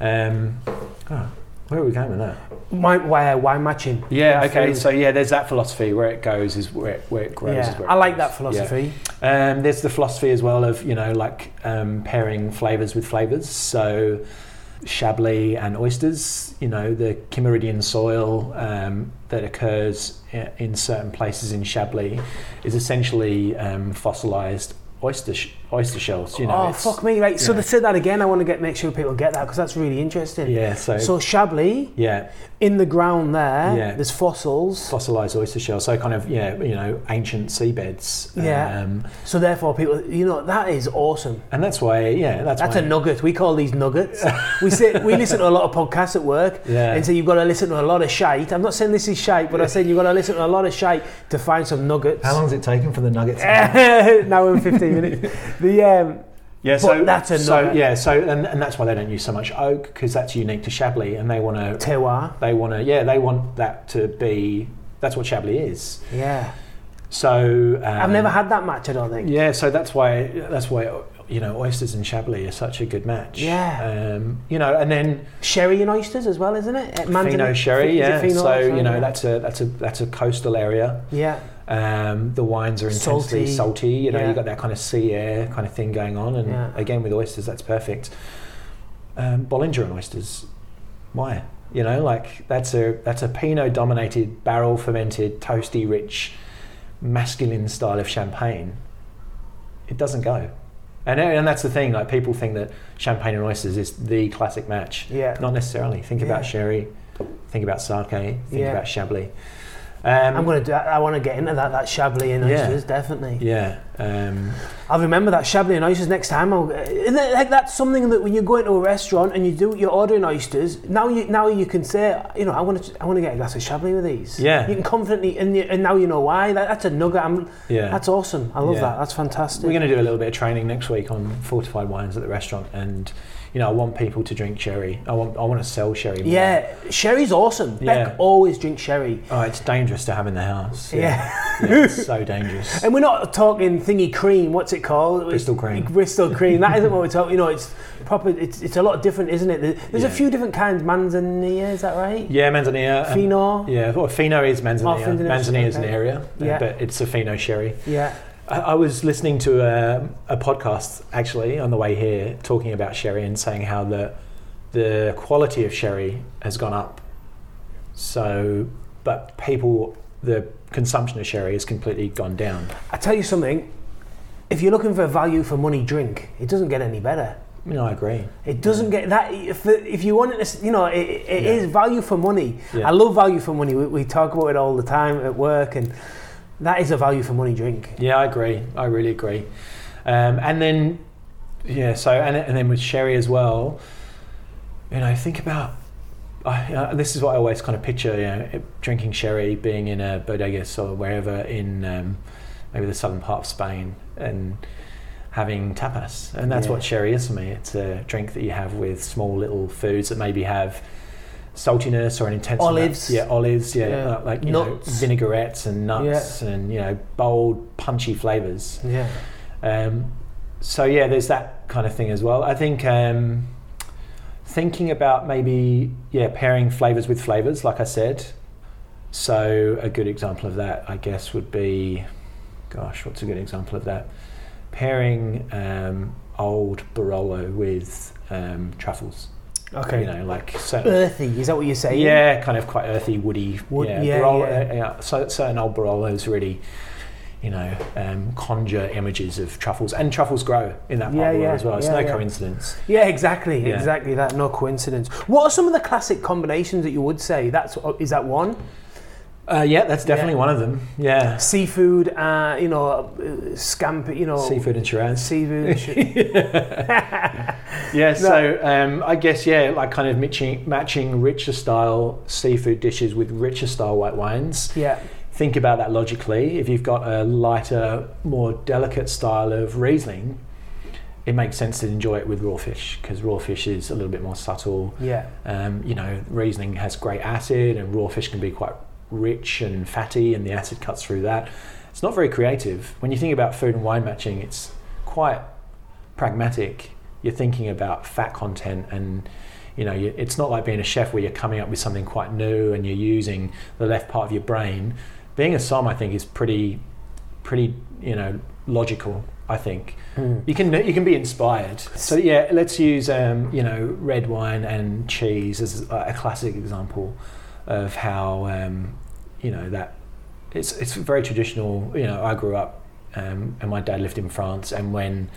Um, oh, where are we going with that? Why? Why? Why matching? Yeah, okay, okay. food. So yeah, there's that philosophy where it goes is where it, where it grows. Yeah, Is where it I like goes. that philosophy. Yeah. Um, there's the philosophy as well of you know like um, pairing flavors with flavors. So Chablis and oysters, you know, the Kimeridian soil um, that occurs i- in certain places in Chablis is essentially um, fossilized oyster sh- oyster shells. You know, oh it's- fuck me! Right. So yeah. they said that again. I want to get make sure people get that because that's really interesting. Yeah, so, So Chablis yeah, in the ground there. Yeah. There's fossils. fossilized oyster shells. So kind of yeah, you know, ancient seabeds. Yeah. um, So therefore, people, you know, that is awesome. and that's why yeah, that's That's why, a nugget. We call these nuggets. we sit, we listen to a lot of podcasts at work, Yeah. and so you've got to listen to a lot of shite. I'm not saying this is shite, but I'm saying you've got to listen to a lot of shite to find some nuggets. How long's it taken for the nuggets? Eh. now in 15 minutes. The um, Yeah, But so that's a so nugget. yeah, so and, and that's why they don't use so much oak because that's unique to Chablis, and they want to terroir. they want to yeah they want that to be that's what Chablis is. Yeah, So um, I've never had that match. I don't think. yeah, so that's why that's why you know oysters and Chablis are such a good match. Yeah. um, you know, and then Sherry and oysters as well, isn't it? At Fino Mandalay- sherry, is it yeah. Fino so or you know something? that's a that's a that's a coastal area. yeah. Um, the wines are intensely Salty. salty. you know, Yeah. you've got that kind of sea air kind of thing going on. And Yeah. again, with oysters, that's perfect. Um, Bollinger and oysters, why? You know, like that's a that's a Pinot dominated, barrel fermented, toasty, rich, masculine style of champagne. It doesn't go. And, and that's the thing, like people think that champagne and oysters is the classic match. Yeah. Not necessarily. Think Yeah. about sherry, think about sake, think Yeah. about Chablis. I'm Um, gonna do. I want to get into that. That Chablis and Yeah. oysters, definitely. yeah. Um, I'll remember that Chablis and oysters next time. I'll, isn't it like that's something that when you go into a restaurant and you do you're ordering oysters now you now you can say you know I want to I want to get a glass of Chablis with these. Yeah. You can confidently and you, and now you know why. That, that's a nugget. I'm, Yeah. That's awesome. I love Yeah. that. That's fantastic. We're going to do a little bit of training next week on fortified wines at the restaurant, and you know, I want people to drink sherry. I want, I want to sell sherry. More. yeah, sherry's awesome. Yeah. Beck always drinks sherry. Oh, it's dangerous to have in the house. Yeah. Yeah, it's so dangerous. And we're not talking thingy cream. What's it called? Bristol cream. Bristol cream. That isn't what we're talking. You know, it's proper. It's, it's a lot different, isn't it? There- There's a Yeah. few different kinds. Manzanilla, is that right? Yeah, Manzanilla. and- Fino. Yeah, well, Fino is Manzanilla. Oh, Fino, Manzanilla is an okay. area, Yeah. but it's a Fino sherry. Yeah. I, I was listening to a, a podcast actually on the way here talking about sherry and saying how the the quality of sherry has gone up. So, but people, the consumption of sherry has completely gone down. I tell you something. If you're looking for a value for money drink, it doesn't get any better. I mean, I agree. It doesn't get that. If, if you want it, to s- you know, it, it Yeah. is value for money. Yeah. I love value for money. We, we talk about it all the time at work, and that is a value for money drink. Yeah, I agree. I really agree. Um, and then, yeah. So and and then with sherry as well. You know, think about. I you know, this is what I always kind of picture. You know, it- drinking sherry, being in a bodega or wherever in um, maybe the southern part of Spain, and having tapas. And that's Yeah. what sherry is for me. It's a drink that you have with small little foods that maybe have saltiness or an intense amount- Olives. Yeah, olives. Yeah, Yeah. uh, like you know, Nuts. vinaigrettes and nuts and you know bold punchy flavors Yeah. um, so yeah, there's that kind of thing as well. I think um, thinking about maybe yeah pairing flavors with flavors, like I said. So a good example of that, I guess, would be, gosh, what's a good example of that? Pairing um, old Barolo with um, truffles. Okay. Uh, You know, like certain Earthy, is that what you're saying? yeah, kind of quite earthy, woody. Wood- yeah, yeah, Barolo, uh, yeah. yeah. so, certain old Barolos really, you know, um, conjure images of truffles, and truffles grow in that part Yeah, of the world yeah, as well. It's yeah, no yeah. coincidence. Yeah, exactly, Yeah. exactly that. No coincidence. What are some of the classic combinations that you would say? That's is that one Uh, yeah, that's definitely one of them. Yeah, seafood, uh, you know, uh, scampi, you know, seafood and Shiraz. seafood. sh- yeah, so um, I guess yeah, like kind of matching, matching richer style seafood dishes with richer style white wines. yeah, Think about that logically. If you've got a lighter, more delicate style of Riesling, it makes sense to enjoy it with raw fish because raw fish is a little bit more subtle. yeah, Um, you know, Riesling has great acid, and raw fish can be quite rich and fatty, and the acid cuts through that. It's not very creative. When you think about food and wine matching, it's quite pragmatic. You're thinking about fat content, and you know, you, it's not like being a chef where you're coming up with something quite new and you're using the left part of your brain. Being a som, I think, is pretty, pretty, you know, logical. I think Hmm. you can you can be inspired. So yeah, let's use um, you know red wine and cheese as a a classic example of how um, you know that it's it's very traditional. You know, I grew up um, and my dad lived in France, and when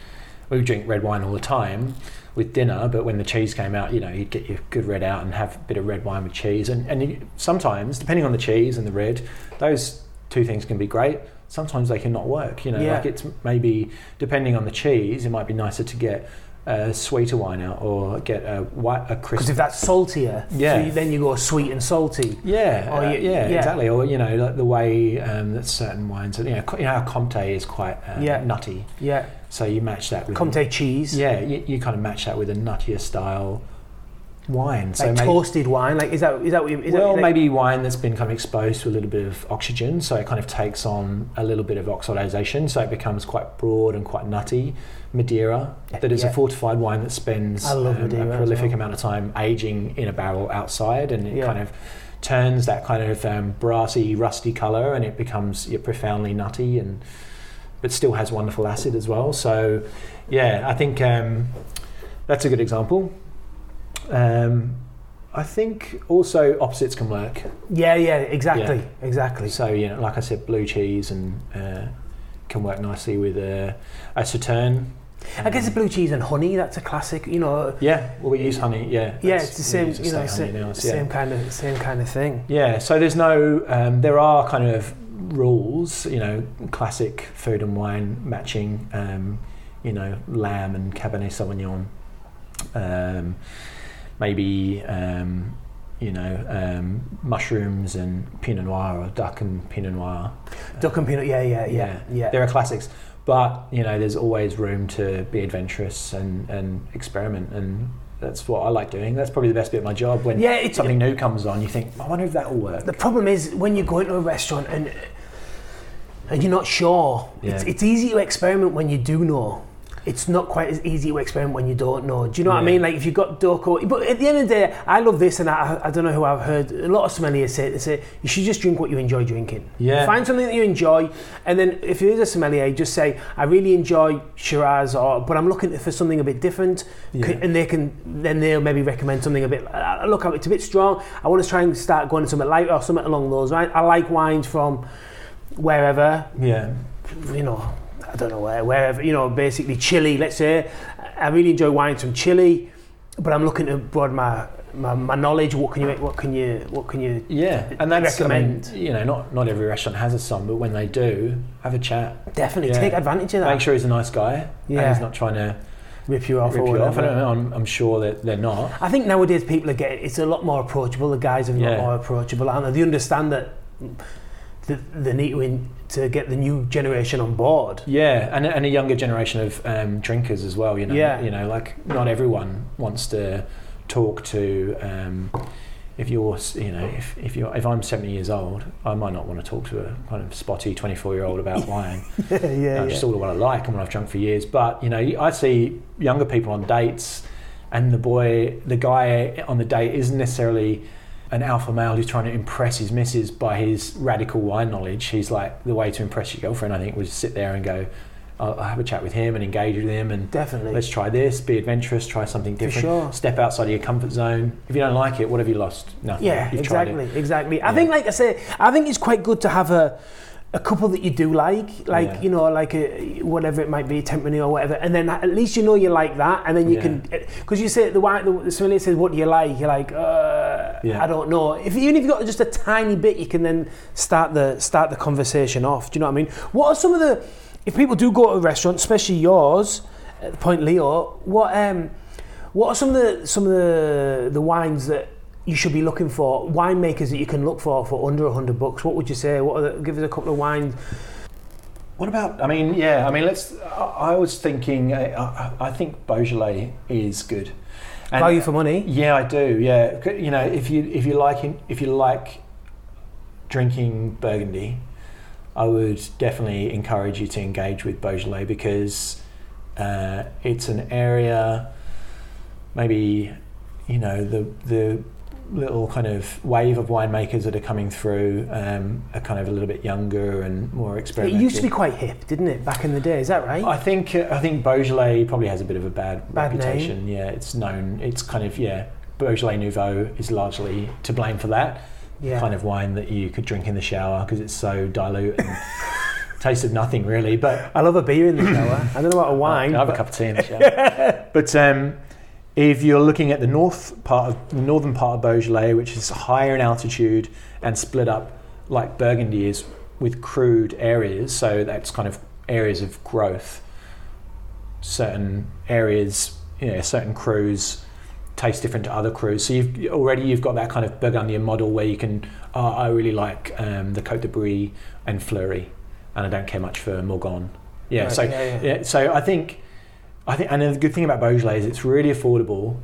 we would drink red wine all the time with dinner, but when the cheese came out, you know, you'd get your good red out and have a bit of red wine with cheese, and and you, sometimes depending on the cheese and the red, those two things can be great. Sometimes they can not work. You know, Yeah. like it's maybe depending on the cheese, it might be nicer to get a sweeter wine out or get a white a crisp because if that's saltier, Yeah. so you, then you go sweet and salty. yeah, Or uh, you- yeah, Oh, yeah. exactly. Or you know, like the way um, that certain wines, you know, co- you know, how Comte is quite uh, Yeah. nutty. Yeah, So you match that with Comte cheese, Yeah, you, you kind of match that with a nuttier style wine. So like may- toasted wine. Like is that is that what you, Um, is well, that, like- maybe wine that's been kind of exposed to a little bit of oxygen, so it kind of takes on a little bit of oxidization, so it becomes quite broad and quite nutty. Madeira, that is Yeah. a fortified wine that spends I love um, Madeira a as prolific well. amount of time aging in a barrel outside, and it Yeah. kind of turns that kind of um, brassy, rusty color, and it becomes yeah, profoundly nutty, and but still has wonderful acid as well. So, yeah, I think um, that's a good example. Um, I think also opposites can work. yeah, yeah, exactly, exactly. So you know, like I said, blue cheese and uh, can work nicely with a, a sauterne. I guess it's blue cheese and honey. That's a classic. You know, Yeah, well, we use honey. Yeah, yeah, that's- it's the we same. use You know, estate same, honey now, so yeah. same kind of same kind of thing. Yeah, so there's no, um, there are kind of rules, you know, classic food and wine matching, um, you know, lamb and Cabernet Sauvignon, um, maybe, um, you know, um, mushrooms and Pinot Noir or duck and Pinot Noir. Duck and peanut. Yeah, yeah, yeah, yeah. There are classics, but, you know, there's always room to be adventurous and, and experiment and that's what I like doing. That's probably the best bit of my job when Yeah, it's- something new comes on. You think, I wonder if that will work. The problem is when you go into a restaurant and and you're not sure. Yeah. It's, it's easy to experiment when you do know. It's not quite as easy to experiment when you don't know. Do you know what I Yeah. mean? Like if you've got duck or but at the end of the day, I love this, and I, I don't know who I've heard a lot of sommeliers say. They say you should just drink what you enjoy drinking. Yeah. Find something that you enjoy, and then if it is a sommelier, just say I really enjoy Shiraz, or but I'm looking for something a bit different, Yeah. C- and they can then they'll maybe recommend something a bit. "Ah, Look, it's a bit strong. I want to try and start going to something light or something along those lines. I like wines from wherever Yeah, you know, I don't know where, wherever, you know, basically Chile, let's say. I really enjoy wines from Chile, but I'm looking to broaden my, my, my knowledge. What can you, what can you, what can you, yeah, and that's recommend. I mean, you know, not not every restaurant has a son, but when they do, have a chat. definitely Yeah. take advantage of that. Make sure he's a nice guy. and Yeah. he's not trying to Rip you off rip or you off. I whatever. don't know. I'm, I'm sure that they're not. I think nowadays people are getting, it's a lot more approachable. The guys are a lot Yeah. more approachable. And they understand that the, the need to, in, to get the new generation on board. Yeah, and and a younger generation of um, drinkers as well. You know, Yeah. you know, like not everyone wants to talk to. Um, if you're s- you know if, if you're if I'm 70 years old, I might not want to talk to a kind of spotty 24 year old about wine. yeah, yeah. I just order what I like and what I've drunk for years. But you know, I see younger people on dates, and the boy, the guy on the date isn't necessarily an alpha male who's trying to impress his missus by his radical wine knowledge. He's like the way to impress your girlfriend. I think was sit there and go, I'll, I'll have a chat with him and engage with him and. Definitely. Let's try this. Be adventurous. Try something different. sure. Step outside of your comfort zone. If you don't like it, what have you lost? Nothing. Yeah, You've tried it. exactly, exactly. I think, like I say, I think it's quite good to have a a couple that you do like, like Yeah. you know, like a, whatever it might be, Tempany or whatever, and then at least you know you like that, and then you Yeah. can because you say the wine, the, the sommelier says, "What do you like?" You're like, uh, Yeah. "I don't know." If even if you've got just a tiny bit, you can then start the start the conversation off. Do you know what I mean? What are some of the if people do go to a restaurant, especially yours, at Point Leo, what um, what are some of the some of the the wines that you should be looking for winemakers that you can look for for under 100 bucks what would you say what are the, give us a couple of wines What about? I mean, yeah. I mean, let's. I, I was thinking. uh, I, I, I think Beaujolais is good. And- value for money Yeah, I do. Yeah, C- you know, if you if you like in- if you like drinking Burgundy, I would definitely encourage you to engage with Beaujolais because uh, it's an area. Maybe, you know, the the little kind of wave of winemakers that are coming through um, are kind of a little bit younger and more it experimental. used to be quite hip didn't it back in the day is that right I think uh, I think Beaujolais probably has a bit of a bad, Bad name. reputation. Yeah, it's known. It's kind of yeah. Beaujolais Nouveau is largely to blame for that yeah kind of wine that you could drink in the shower because it's so dilute and tastes of nothing really. But i love a beer in the shower i don't know about a wine I have a cup of tea in the shower. but um, if you're looking at the north part of the northern part of Beaujolais, which is higher in altitude and split up like Burgundy is with crude areas, so that's kind of areas of growth. Certain areas, you know, certain crews taste different to other crews. So you've already you've got that kind of Burgundian model where you can. Oh, I really like um, the Cote de Brie and Fleury, and I don't care much for Morgon. Yeah, Right, so yeah, yeah. yeah, so I think, I think, and the good thing about Beaujolais is it's really affordable,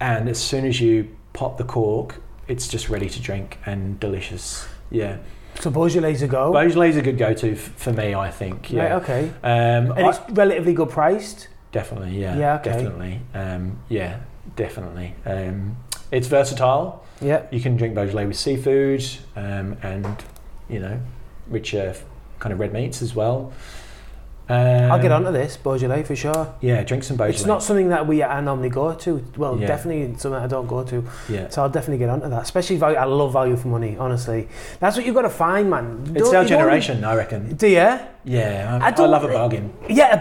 and as soon as you pop the cork, it's just ready to drink and delicious. Yeah, so beaujolais a go Beaujolais is a good go-to f- for me. I think. Yeah. Oh. right okay Um, and I- it's relatively good priced definitely. Yeah. Yeah, okay. Definitely. Um, yeah. Definitely. Um, it's versatile. yeah You can drink Beaujolais with seafood um, and, you know, richer f- kind of red meats as well. Um, i'll get onto this beaujolais for sure Yeah, drink some Beaujolais. it's not something that we I normally go to. Well, Yeah. definitely something I don't go to. Yeah. So I'll definitely get onto that. Especially value. I love value for money. Honestly, that's what you've got to find, man. Don't- It's our you don't- generation, I reckon. Do you? Yeah, I I, I, don't love a think- bargain. Yeah, a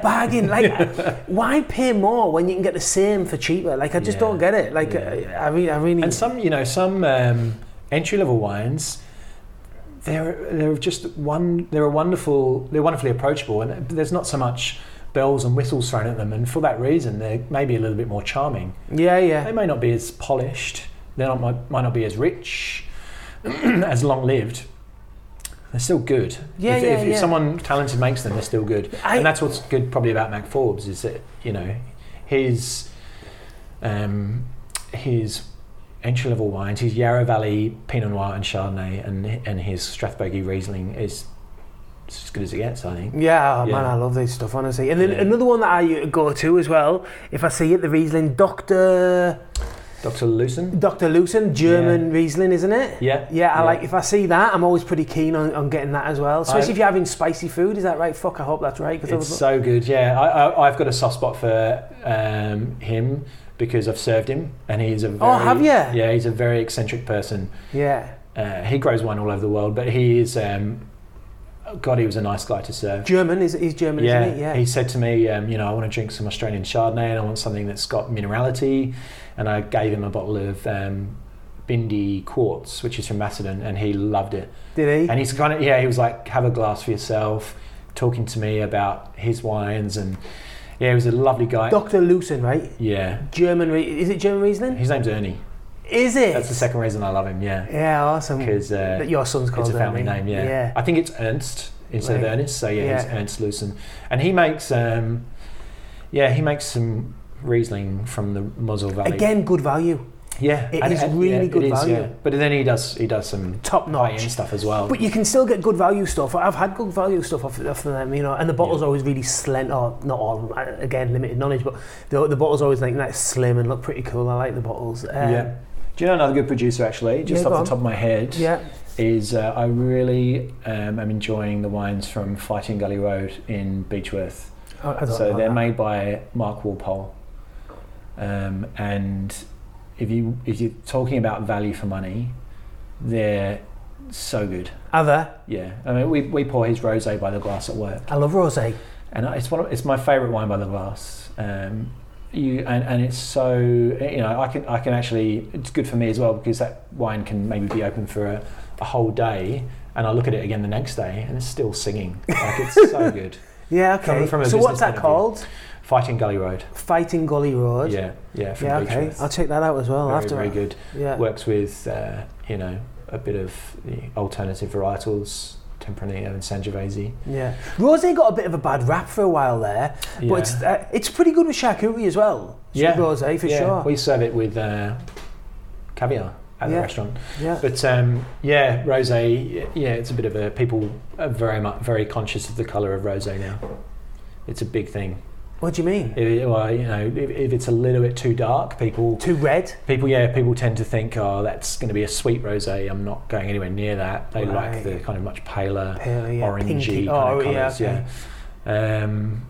bargain. Like, why pay more when you can get the same for cheaper? Like, I just Yeah. don't get it. Like, Yeah. I, I really, I really. And some, you know, some um, entry level wines, they're they're just one. They're a wonderful. They're wonderfully approachable, and there's not so much bells and whistles thrown at them. And for that reason, they're maybe a little bit more charming. yeah, They yeah, may not be as polished. They not, might, might not be as rich, as long lived. They're still good. Yeah, if, yeah, if, yeah. if someone talented makes them, they're still good. I- and that's what's good probably about Mac Forbes is that you know his um, his entry level wines, his Yarrow Valley Pinot Noir and Chardonnay, and and his Strathbogie Riesling is it's as good as it gets. I think. yeah, oh, Yeah. man, I love this stuff, honestly. And then Yeah. another one that I go to as well, if I see it, the Riesling, Doctor Dr. Lucen. Doctor Lucen, German Riesling, isn't it? Yeah. Yeah, I like. If I see that, I'm always pretty keen on, on getting that as well. Especially I've- if you're having spicy food, is that right? Fuck, I hope that's right. 'cause I It's was- so good, yeah. I, I, I've got a soft spot for um, him because I've served him, and he's a very, Oh, have ya? Yeah, he's a very eccentric person. yeah, Uh, he grows wine all over the world, but he is. Um, God, he was a nice guy to serve. German is he's German, Yeah, isn't he? Yeah, he said to me, um, you know, I want to drink some Australian Chardonnay, and I want something that's got minerality, and I gave him a bottle of um, Bindi Quartz, which is from Macedon, and he loved it. did he? And he's kind of yeah, he was like, have a glass for yourself, talking to me about his wines, and yeah, he was a lovely guy. Doctor Lucen, right? yeah, German, Rie- is it German Riesling? his name's Ernie. Is it? That's the second reason I love him. Yeah, Yeah, awesome. because uh, That your son's called it's a family Ernie. name. Yeah. Yeah. I think it's Ernst instead Right. of Ernest. So yeah, he's Yeah. Ernst Lucen, and he makes um, yeah, he makes some Riesling from the Mosel Valley. Again, good value. Yeah, It and- is and- really good it value. But then he does he does some Top high notch. end stuff as well. But you can still get good value stuff. I've had good value stuff off, off of them, you know. And the bottles always really slim, or not all. of them, I- Again, limited knowledge, but the, the bottles always like nice, slim and look pretty cool. I like the bottles. Um, yeah. Do you know another good producer actually? Just Yeah, go off on. the top of my head, yeah. is uh, I really um, am enjoying the wines from Fighting Gully Road in Beechworth. Oh, I, I don't So know they're that. made by Mark Walpole, um, and if you if you're talking about value for money, they're so good. Other, Yeah, I mean we, we pour his rosé by the glass at work, I love rosé. and it's one of, it's my favourite wine by the glass. Um, you and, and it's so you know I can I can actually it's good for me as well because that wine can maybe be open for a, a whole day. And I look at it again the next day, and it's still singing. Like it's so good. Yeah, okay. Coming from a so what's business that point of called? Fighting Gully Road. Fighting Gully Road. Yeah, yeah. From Yeah, okay. Beechworth. I'll check that out as well very, Oh, after. very I- good. Yeah. Works with uh, you know a bit of the alternative varietals, Tempranillo and Sangiovese. Yeah. Rosé got a bit of a bad rap for a while there, Yeah. but it's uh, it's pretty good with charcuterie as well. Yeah. Rosé for yeah, sure. we serve it with uh, caviar at Yeah. the restaurant. yeah. But um, yeah, rosé. Yeah, it's a bit of a people are very much very conscious of the colour of rosé now. It's a big thing. What do you mean? If, well, you know, if, if it's a little bit too dark, people Too red. People, yeah, people tend to think, oh, that's going to be a sweet rosé. I'm not going anywhere near that. They Right. like the kind of much paler, Paler, yeah, pinky. orangey E kind Oh, of yeah, colours. okay. Yeah. Um,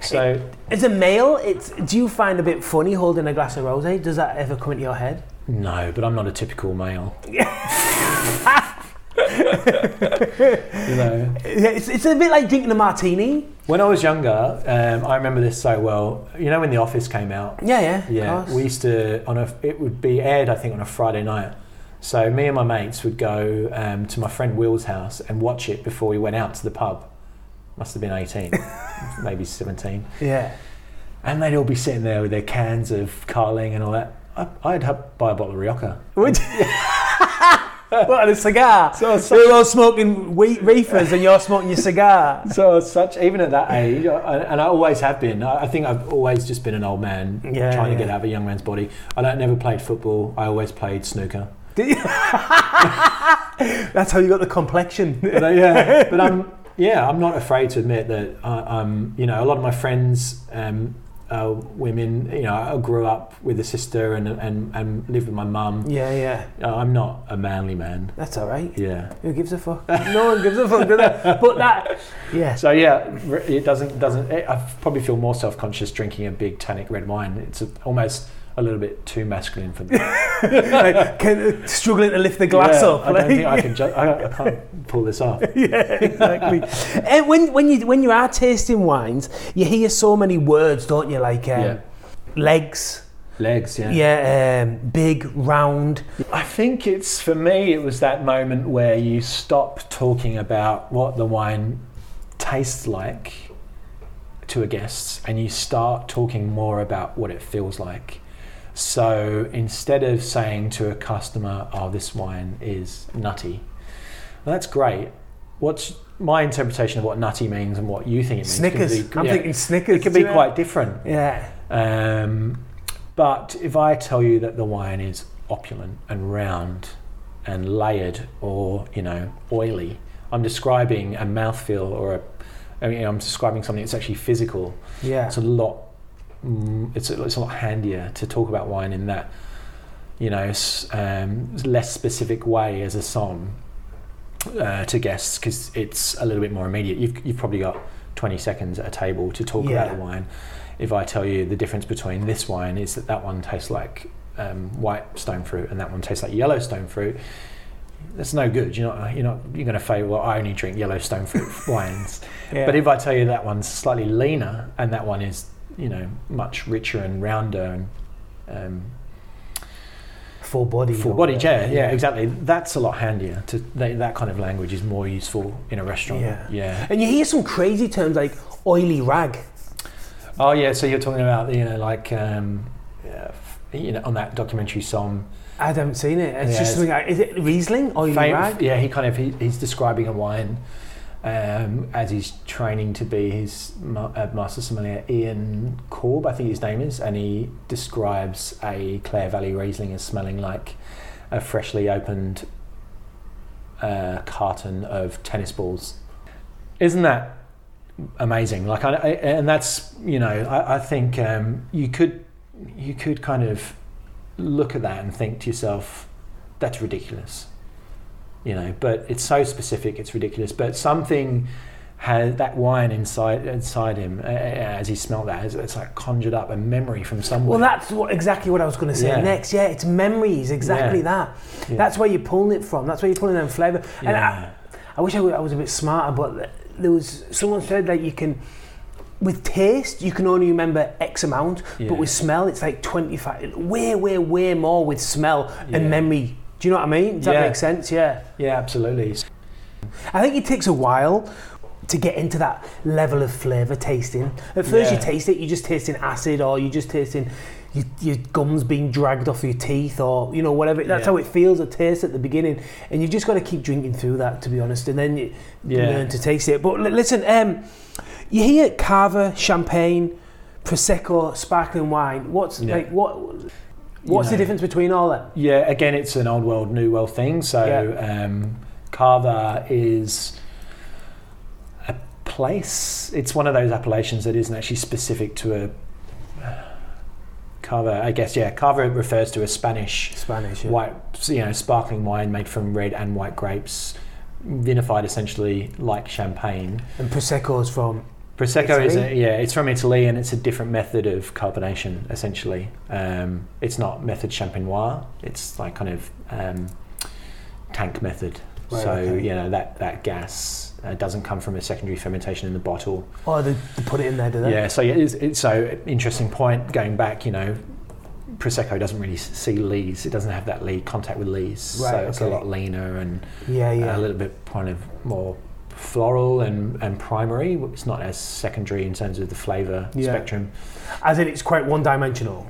so As a male, it's do you find a bit funny holding a glass of rosé? Does that ever come into your head? no, but I'm not a typical male. you know, Yeah, It's, it's a bit like drinking a martini. when I was younger, um, I remember this so well. You know, when The Office came out, Yeah, yeah. of Yeah, course. we used to on a. It would be aired, I think, on a Friday night. So me and my mates would go um, to my friend Will's house and watch it before we went out to the pub. Must have been eighteen, maybe seventeen, yeah. and they'd all be sitting there with their cans of Carling and all that. I, I'd have, buy a bottle of Rioja. Would what and a cigar? So I was We're all smoking wheat reefers, and you're smoking your cigar. So I was such even at that age, I, I- and I always have been. I I think I've always just been an old man Yeah, trying to yeah. get out of a young man's body. I don't, never played football. I always played snooker. Did you- That's how you got the complexion. but I, yeah, but I'm yeah, I'm not afraid to admit that I, I'm. You know, a lot of my friends, um, uh, women. You know, I grew up with a sister and and and lived with my mum. Yeah, yeah. Uh, I'm not a manly man. That's all right. Yeah. Who gives a fuck? No one gives a fuck, do they? But that, yeah. So yeah, r- it doesn't doesn't. It, I probably feel more self conscious drinking a big tannic red wine. It's a, almost a little bit too masculine for me. Like, can, struggling to lift the glass Yeah, up. I don't like- think I can. Ju- I, I can't pull this off. yeah, exactly. and when when you when you are tasting wines, you hear so many words, don't you? Like um, Yeah. legs, Legs. Yeah. yeah, um, big, round. I think it's for me. It was that moment where you stop talking about what the wine tastes like to a guest, and you start talking more about what it feels like. So instead of saying to a customer, "Oh, this wine is nutty," well, that's great. What's my interpretation of what nutty means and what you think it means? can Snickers. be- I'm yeah, thinking Snickers. it can be quite different. Yeah. Um, but if I tell you that the wine is opulent and round and layered or, you know, oily, I'm describing a mouthfeel or a, I mean, I'm describing something that's actually physical. Yeah. It's a lot, mm, it's a, it's a lot handier to talk about wine in that, you know, s- um, less specific way as a song uh, to guests because it's a little bit more immediate. You've, you've probably got 20 seconds at a table to talk Yeah. about a wine. If I tell you the difference between this wine is that that one tastes like um, white stone fruit and that one tastes like yellow stone fruit, that's no good. You're not you're not you're going to say, well, I only drink yellow stone fruit wines. Yeah. But if I tell you that one's slightly leaner and that one is you know much richer and rounder and um, full body. full bodied, yeah, yeah, exactly. That 's a lot handier. To that, that kind of language is more useful in a restaurant. Yeah. yeah. And you hear some crazy terms like oily rag. Oh yeah, so you're talking about you know like um, yeah, f- you know on that documentary song. I haven't seen it. It's Yeah, just it's- Oh, something. Like, is it Riesling? Oily Fam- rag. yeah, he kind of he, he's describing a wine, um, as he's training to be his ma- uh, master sommelier, Ian Corb, I think his name is, and he describes a Clare Valley Riesling as smelling like a freshly opened uh, carton of tennis balls. Isn't that amazing? Like, I, I, and that's you know, I, I think um, you could you could kind of look at that and think to yourself, that's ridiculous you know but it's so specific it's ridiculous but something had that wine inside inside him uh, as he smelt that it's, it's like conjured up a memory from somewhere Well, that's what, exactly what I was going to say Yeah. next. Yeah, it's memories, exactly Yeah. that. Yeah. That's where you're pulling it from. That's where you're pulling them flavour. And Yeah. I, I wish I wa- I was a bit smarter, but th- there was someone said that you can, with taste, you can only remember X amount, Yeah. but with smell, it's like 25, way, way, way more with smell Yeah. and memory. Do you know what I mean? Does Yeah. that make sense? Yeah. yeah absolutely I think it takes a while to get into that level of flavour tasting. At first, Yeah. you taste it, you're just tasting acid, or you're just tasting your, your gums being dragged off your teeth, or you know whatever. That's Yeah. how it feels or tastes at the beginning, and you've just got to keep drinking through that, to be honest, and then you Yeah. learn to taste it. But li- listen, um, you hear Carver champagne, prosecco, sparkling wine. What's Yeah. like what? What's the know. difference between all that? yeah again it's an old world new world thing so um, carver is a place it's one of those appellations that isn't actually specific to a carver i guess yeah carver refers to a spanish Spanish. white, you know, sparkling wine made from red and white grapes, vinified essentially like champagne. And prosecco's from Prosecco is a, Italy? yeah, it's from Italy and it's a different method of carbonation essentially. Um, it's not method champenois. It's like kind of um, tank method. Right, so okay. you know that that gas uh, doesn't come from a secondary fermentation in the bottle. oh they, they put it in there, do they? Yeah, so yeah, it's, it's so interesting point going back. You know, prosecco doesn't really s- see lees; it doesn't have that lee contact with lees, so Right, it's a okay. lot leaner and yeah, yeah. a little bit kind of more floral and, and primary. It's not as secondary in terms of the flavour Yeah. spectrum. As in, it's quite one-dimensional.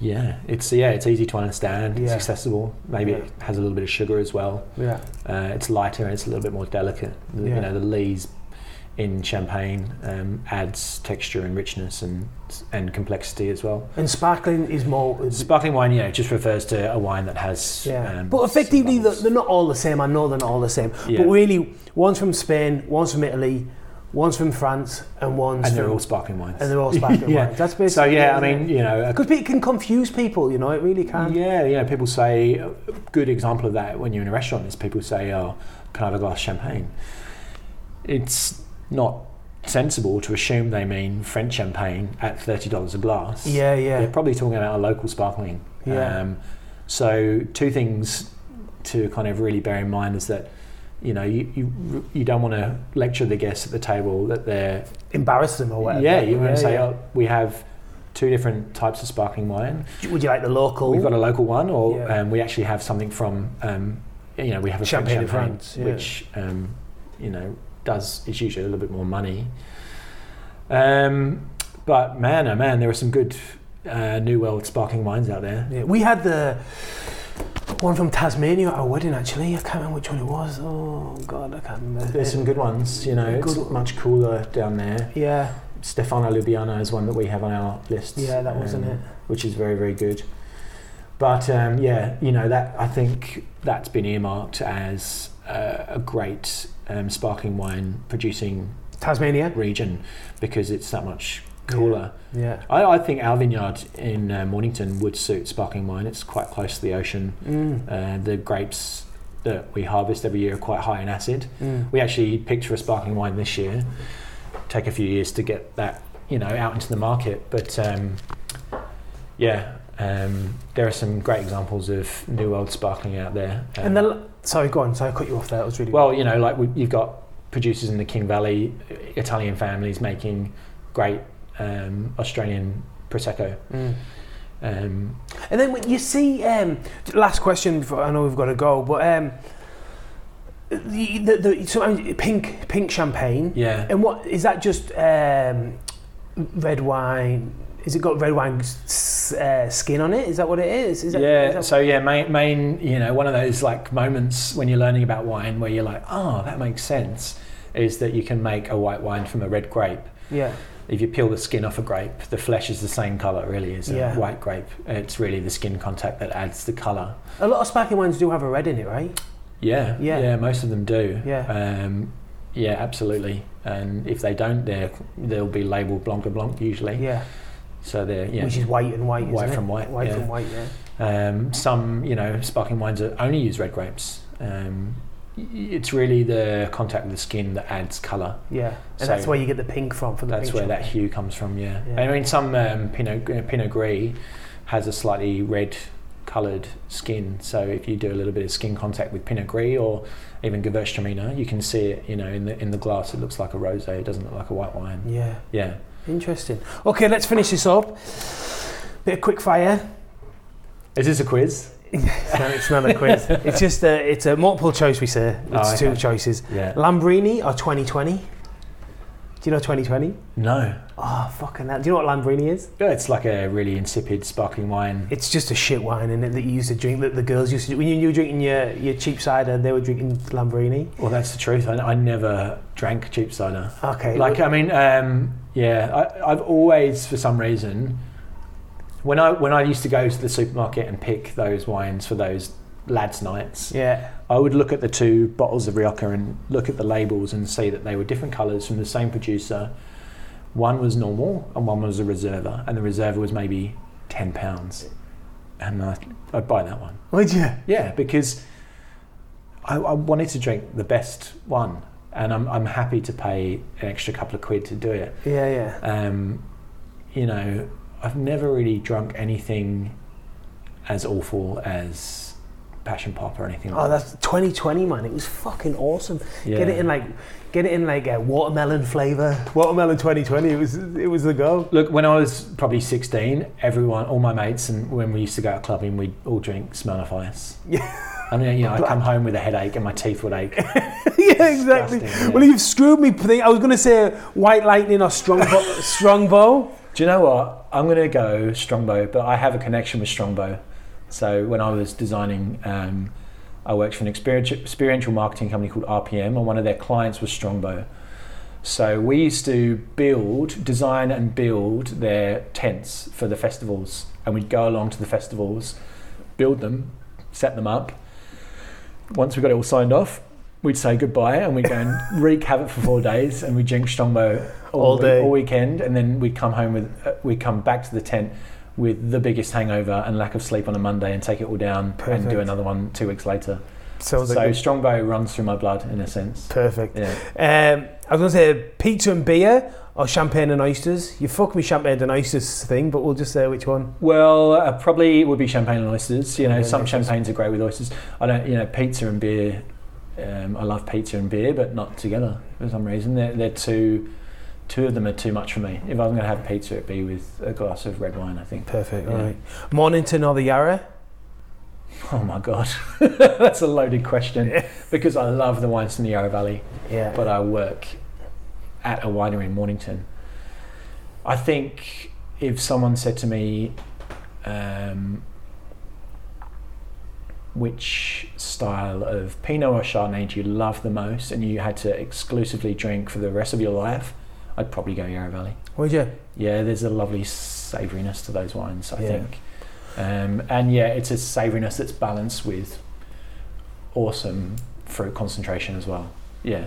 Yeah, it's yeah, it's easy to understand. It's Yeah. accessible. Maybe it has a little bit of sugar as well. Yeah. Uh, it's lighter and it's a little bit more delicate. The- You Yeah. know, the lees in champagne um, adds texture and richness and and complexity as well. And sparkling is more. is- Sparkling wine, yeah, it just refers to a wine that has. yeah. um, but effectively, some they're, bubbles. they're not all the same. I know they're not all the same. Yeah. But really, one's from Spain, one's from Italy, one's from France, and one's and from. they're all sparkling wines. and they're all sparkling Yeah. wines. That's basically. so yeah, I mean, you know, a Because it can confuse people, you know, it really can. Yeah, you know, people say a good example of that when you're in a restaurant is people say, "Oh, can I have a glass of champagne?" It's not sensible to assume they mean French champagne at thirty dollars a glass. Yeah, they're yeah. probably talking about a local sparkling. Yeah. Um, so two things to kind of really bear in mind is that. You know, you, you you don't want to lecture the guests at the table that they're Embarrass them or whatever. yeah. You want to say, yeah. oh, we have two different types of sparkling wine. Would you like the local? "Oh, We've got a local one, or Yeah. um, we actually have something from, um, you know, we have a French Champagne in champagne, France, yeah. which, um, you know, does is usually a little bit more money. Um, but man, oh man, there are some good uh, new world sparkling wines out there. Yeah, we had the one from Tasmania at our wedding, actually. I can't remember which one it was. Oh, God, I can't remember. There's some good ones, you know. It's Good- much cooler down there. Yeah, Stefano Lubiano is one that we have on our list. yeah, that wasn't um, it. which is very very good. But um, yeah, you know that I think that's been earmarked as uh, a great um, sparkling wine producing Tasmania? region because it's that much cooler. Yeah. I, I think our vineyard in uh, Mornington would suit sparkling wine. It's quite close to the ocean. Mm, Uh, the grapes that we harvest every year are quite high in acid. mm. We actually picked for a sparkling wine this year. Take a few years to get that, you know, out into the market. But um, yeah, um, there are some great examples of new world sparkling out there. Um, And the sorry, go on. Sorry, I cut you off there. That was really well, you know, like we, you've got producers in the King Valley, Italian families making great um, Australian prosecco. Mm. Um, And then when you see, um, last question before I know we've got to go, but um, the, the, the sometimes pink pink champagne. yeah, And what is that? Just um, red wine? Is it got red wine s- uh, skin on it? Is that what it is? Is that, yeah. is that- so yeah, main, main, you know, one of those like moments when you're learning about wine where you're like, oh, that "Ah, makes sense. is that you can make a white wine from a red grape. Yeah. If you peel the skin off a grape, the flesh is the same color, really, as Yeah. a white grape. It's really the skin contact that adds the color. A lot of sparkling wines do have a red in it, right? Yeah, Yeah. most of them do. Yeah. um, yeah, absolutely. And if they don't, they they'll be labeled Blanc de Blanc usually. Yeah. So they're yeah. Which is white and white. White isn't it? from white, White yeah. from white. Yeah. Um, some, you know, sparkling wines that only use red grapes. Um, y- it's really the contact with the skin that adds colour. Yeah. And So- that's where you get the pink from. For the That's pink where that champagne. hue comes from. Yeah, Yeah. I mean, some um, Pinot uh, Pinot Gris has a slightly red coloured skin. So if you do a little bit of skin contact with Pinot Gris or even Gewürztraminer, you can see it. You know, in the in the glass, it looks like a rosé. It doesn't look like a white wine. Yeah. Yeah. Interesting. Okay, let's finish this up. Bit of quick fire. Is this a quiz? No, it's not a quiz. it's just a, it's a multiple choice. We say it's Oh, okay. two choices. Yeah. Lambrini or 2020? Do you know 2020? No. Oh, fucking hell. Do you know what Lambrini is? Yeah, It's like a really insipid sparkling wine. It's just a shit wine, isn't it, that you used to drink, that the girls used to When you, you were drinking your, your cheap cider, they were drinking Lambrini. Well, that's the truth. I, I never drank cheap cider. Okay. Like, I mean, um, yeah, I, I've always, for some reason, when I when I used to go to the supermarket and pick those wines for those lads' nights, yeah. I would look at the two bottles of Rioja and look at the labels and see that they were different colours from the same producer. One was normal and one was a reserva, and the reserva was maybe ten pounds, and I, I'd buy that one. Would you? Yeah, because I, I wanted to drink the best one, and I'm, I'm happy to pay an extra couple of quid to do it. Yeah, yeah. Um, you know, I've never really drunk anything as awful as Passion Pop or anything Oh, like that's 2020, man. It was fucking awesome. Yeah. Get it in like, get it in like a watermelon flavour. Watermelon 2020, it was, it was the go. Look, when I was probably 16, everyone, all my mates, and when we used to go out clubbing, we'd all drink Smirnoff Ice. Yeah, I mean, you know, I'd come home with a headache and my teeth would ache. yeah exactly. Disgusting, yeah. Well, you've screwed me. Pete. I was going to say White Lightning or Strongbow. Strongbow. Do you know what? I'm going to go Strongbow, but I have a connection with Strongbow. So when I was designing, um, I worked for an experience, experiential marketing company called RPM, and one of their clients was Strongbow. So we used to build, design, and build their tents for the festivals, and we'd go along to the festivals, build them, set them up. Once we got it all signed off, we'd say goodbye, and we'd go and wreak havoc for four days, and we'd drink Strongbow all, All week- day. all weekend, and then we'd come home with, uh, we'd come back to the tent with the biggest hangover and lack of sleep on a Monday, and take it all down, and Perfect. do another one two weeks later. Sounds So like Strongbow runs through my blood in a sense. perfect. Yeah. Um, I was going to say pizza and beer or champagne and oysters. You fuck me champagne and oysters thing, but we'll just say which one. Well, uh, probably it would be champagne and oysters. You know, Yeah, some oysters. champagnes are great with oysters. I don't, you know, pizza and beer. Um, I love pizza and beer, but not together for some reason. They're, they're too, two of them are too much for me. If I'm going to have pizza, it'd be with a glass of red wine, I think. Perfect. Yeah. All right. Mornington or the Yarra? Oh my God. That's a loaded question Yeah. because I love the wines from the Yarra Valley. Yeah. but I work at a winery in Mornington. I think if someone said to me, um, which style of Pinot or Chardonnay do you love the most, and you had to exclusively drink for the rest of your life, I'd probably go Yarra Valley. Would you? Yeah, there's a lovely savouriness to those wines, I Yeah. think. Um, and yeah, it's a savouriness that's balanced with awesome fruit concentration as well. Yeah.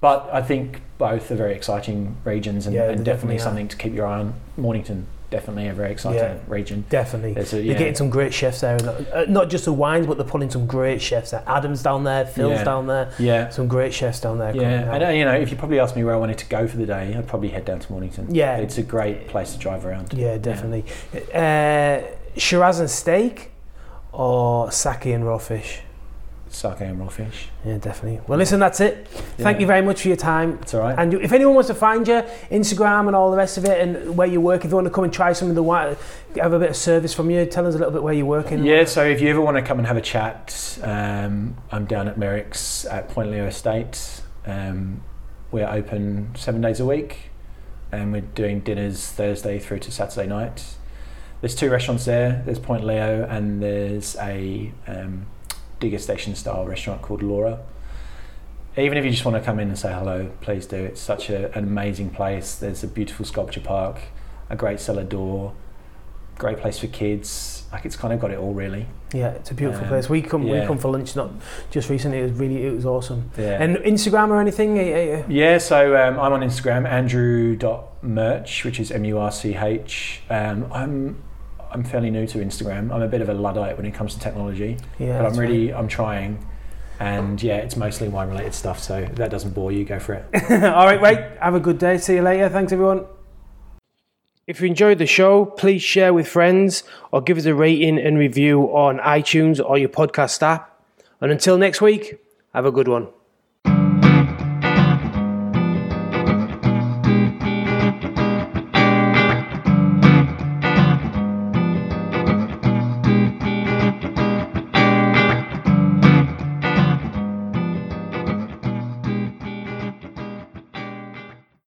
But I think both are very exciting regions and, Yeah, and they definitely, definitely are. something to keep your eye on. Mornington, definitely a very exciting Yeah. region. Definitely. There's a- You're yeah. getting some great chefs there. Uh, Not just the wines, but they're pulling some great chefs there. Adam's down there, Phil's Yeah. down there. Yeah. Some great chefs down there. Yeah. coming And, out. uh, you know, if you probably asked me where I wanted to go for the day, I'd probably head down to Mornington. Yeah. It's a great place to drive around. Yeah, definitely. Uh, Shiraz and steak or sake and raw fish? Sake and raw fish. Yeah, definitely. Well, listen, that's it. Thank Yeah. you very much for your time. It's all right. And if anyone wants to find you, Instagram and all the rest of it, and where you work, if you want to come and try some of the wine, have a bit of service from you, tell us a little bit where you're working. Yeah, so if you ever want to come and have a chat, um, I'm down at Merrick's at Point Leo Estate. Um, we're open seven days a week, and we're doing dinners Thursday through to Saturday night. There's two restaurants there. There's Point Leo, and there's a um, digger station style restaurant called Laura. even if you just want to come in and say hello, please do. It's such a, an amazing place. There's a beautiful sculpture park, a great cellar door, great place for kids. Like it's kind of got it all really. Yeah, it's a beautiful Um, place. We come, we yeah. come for lunch not just recently. It was really, it was awesome. Yeah. And Instagram or anything? eh, eh, eh? Yeah, so um, I'm on Instagram, andrew.merch, which is M U R C H. Um, I'm I'm fairly new to Instagram. I'm a bit of a luddite when it comes to technology, Yeah, but that's I'm really I'm trying. And yeah, it's mostly wine related stuff, so if that doesn't bore you, go for it. All right, right. Have a good day. See you later. Thanks, everyone. If you enjoyed the show, please share with friends or give us a rating and review on iTunes or your podcast app. And until next week, have a good one.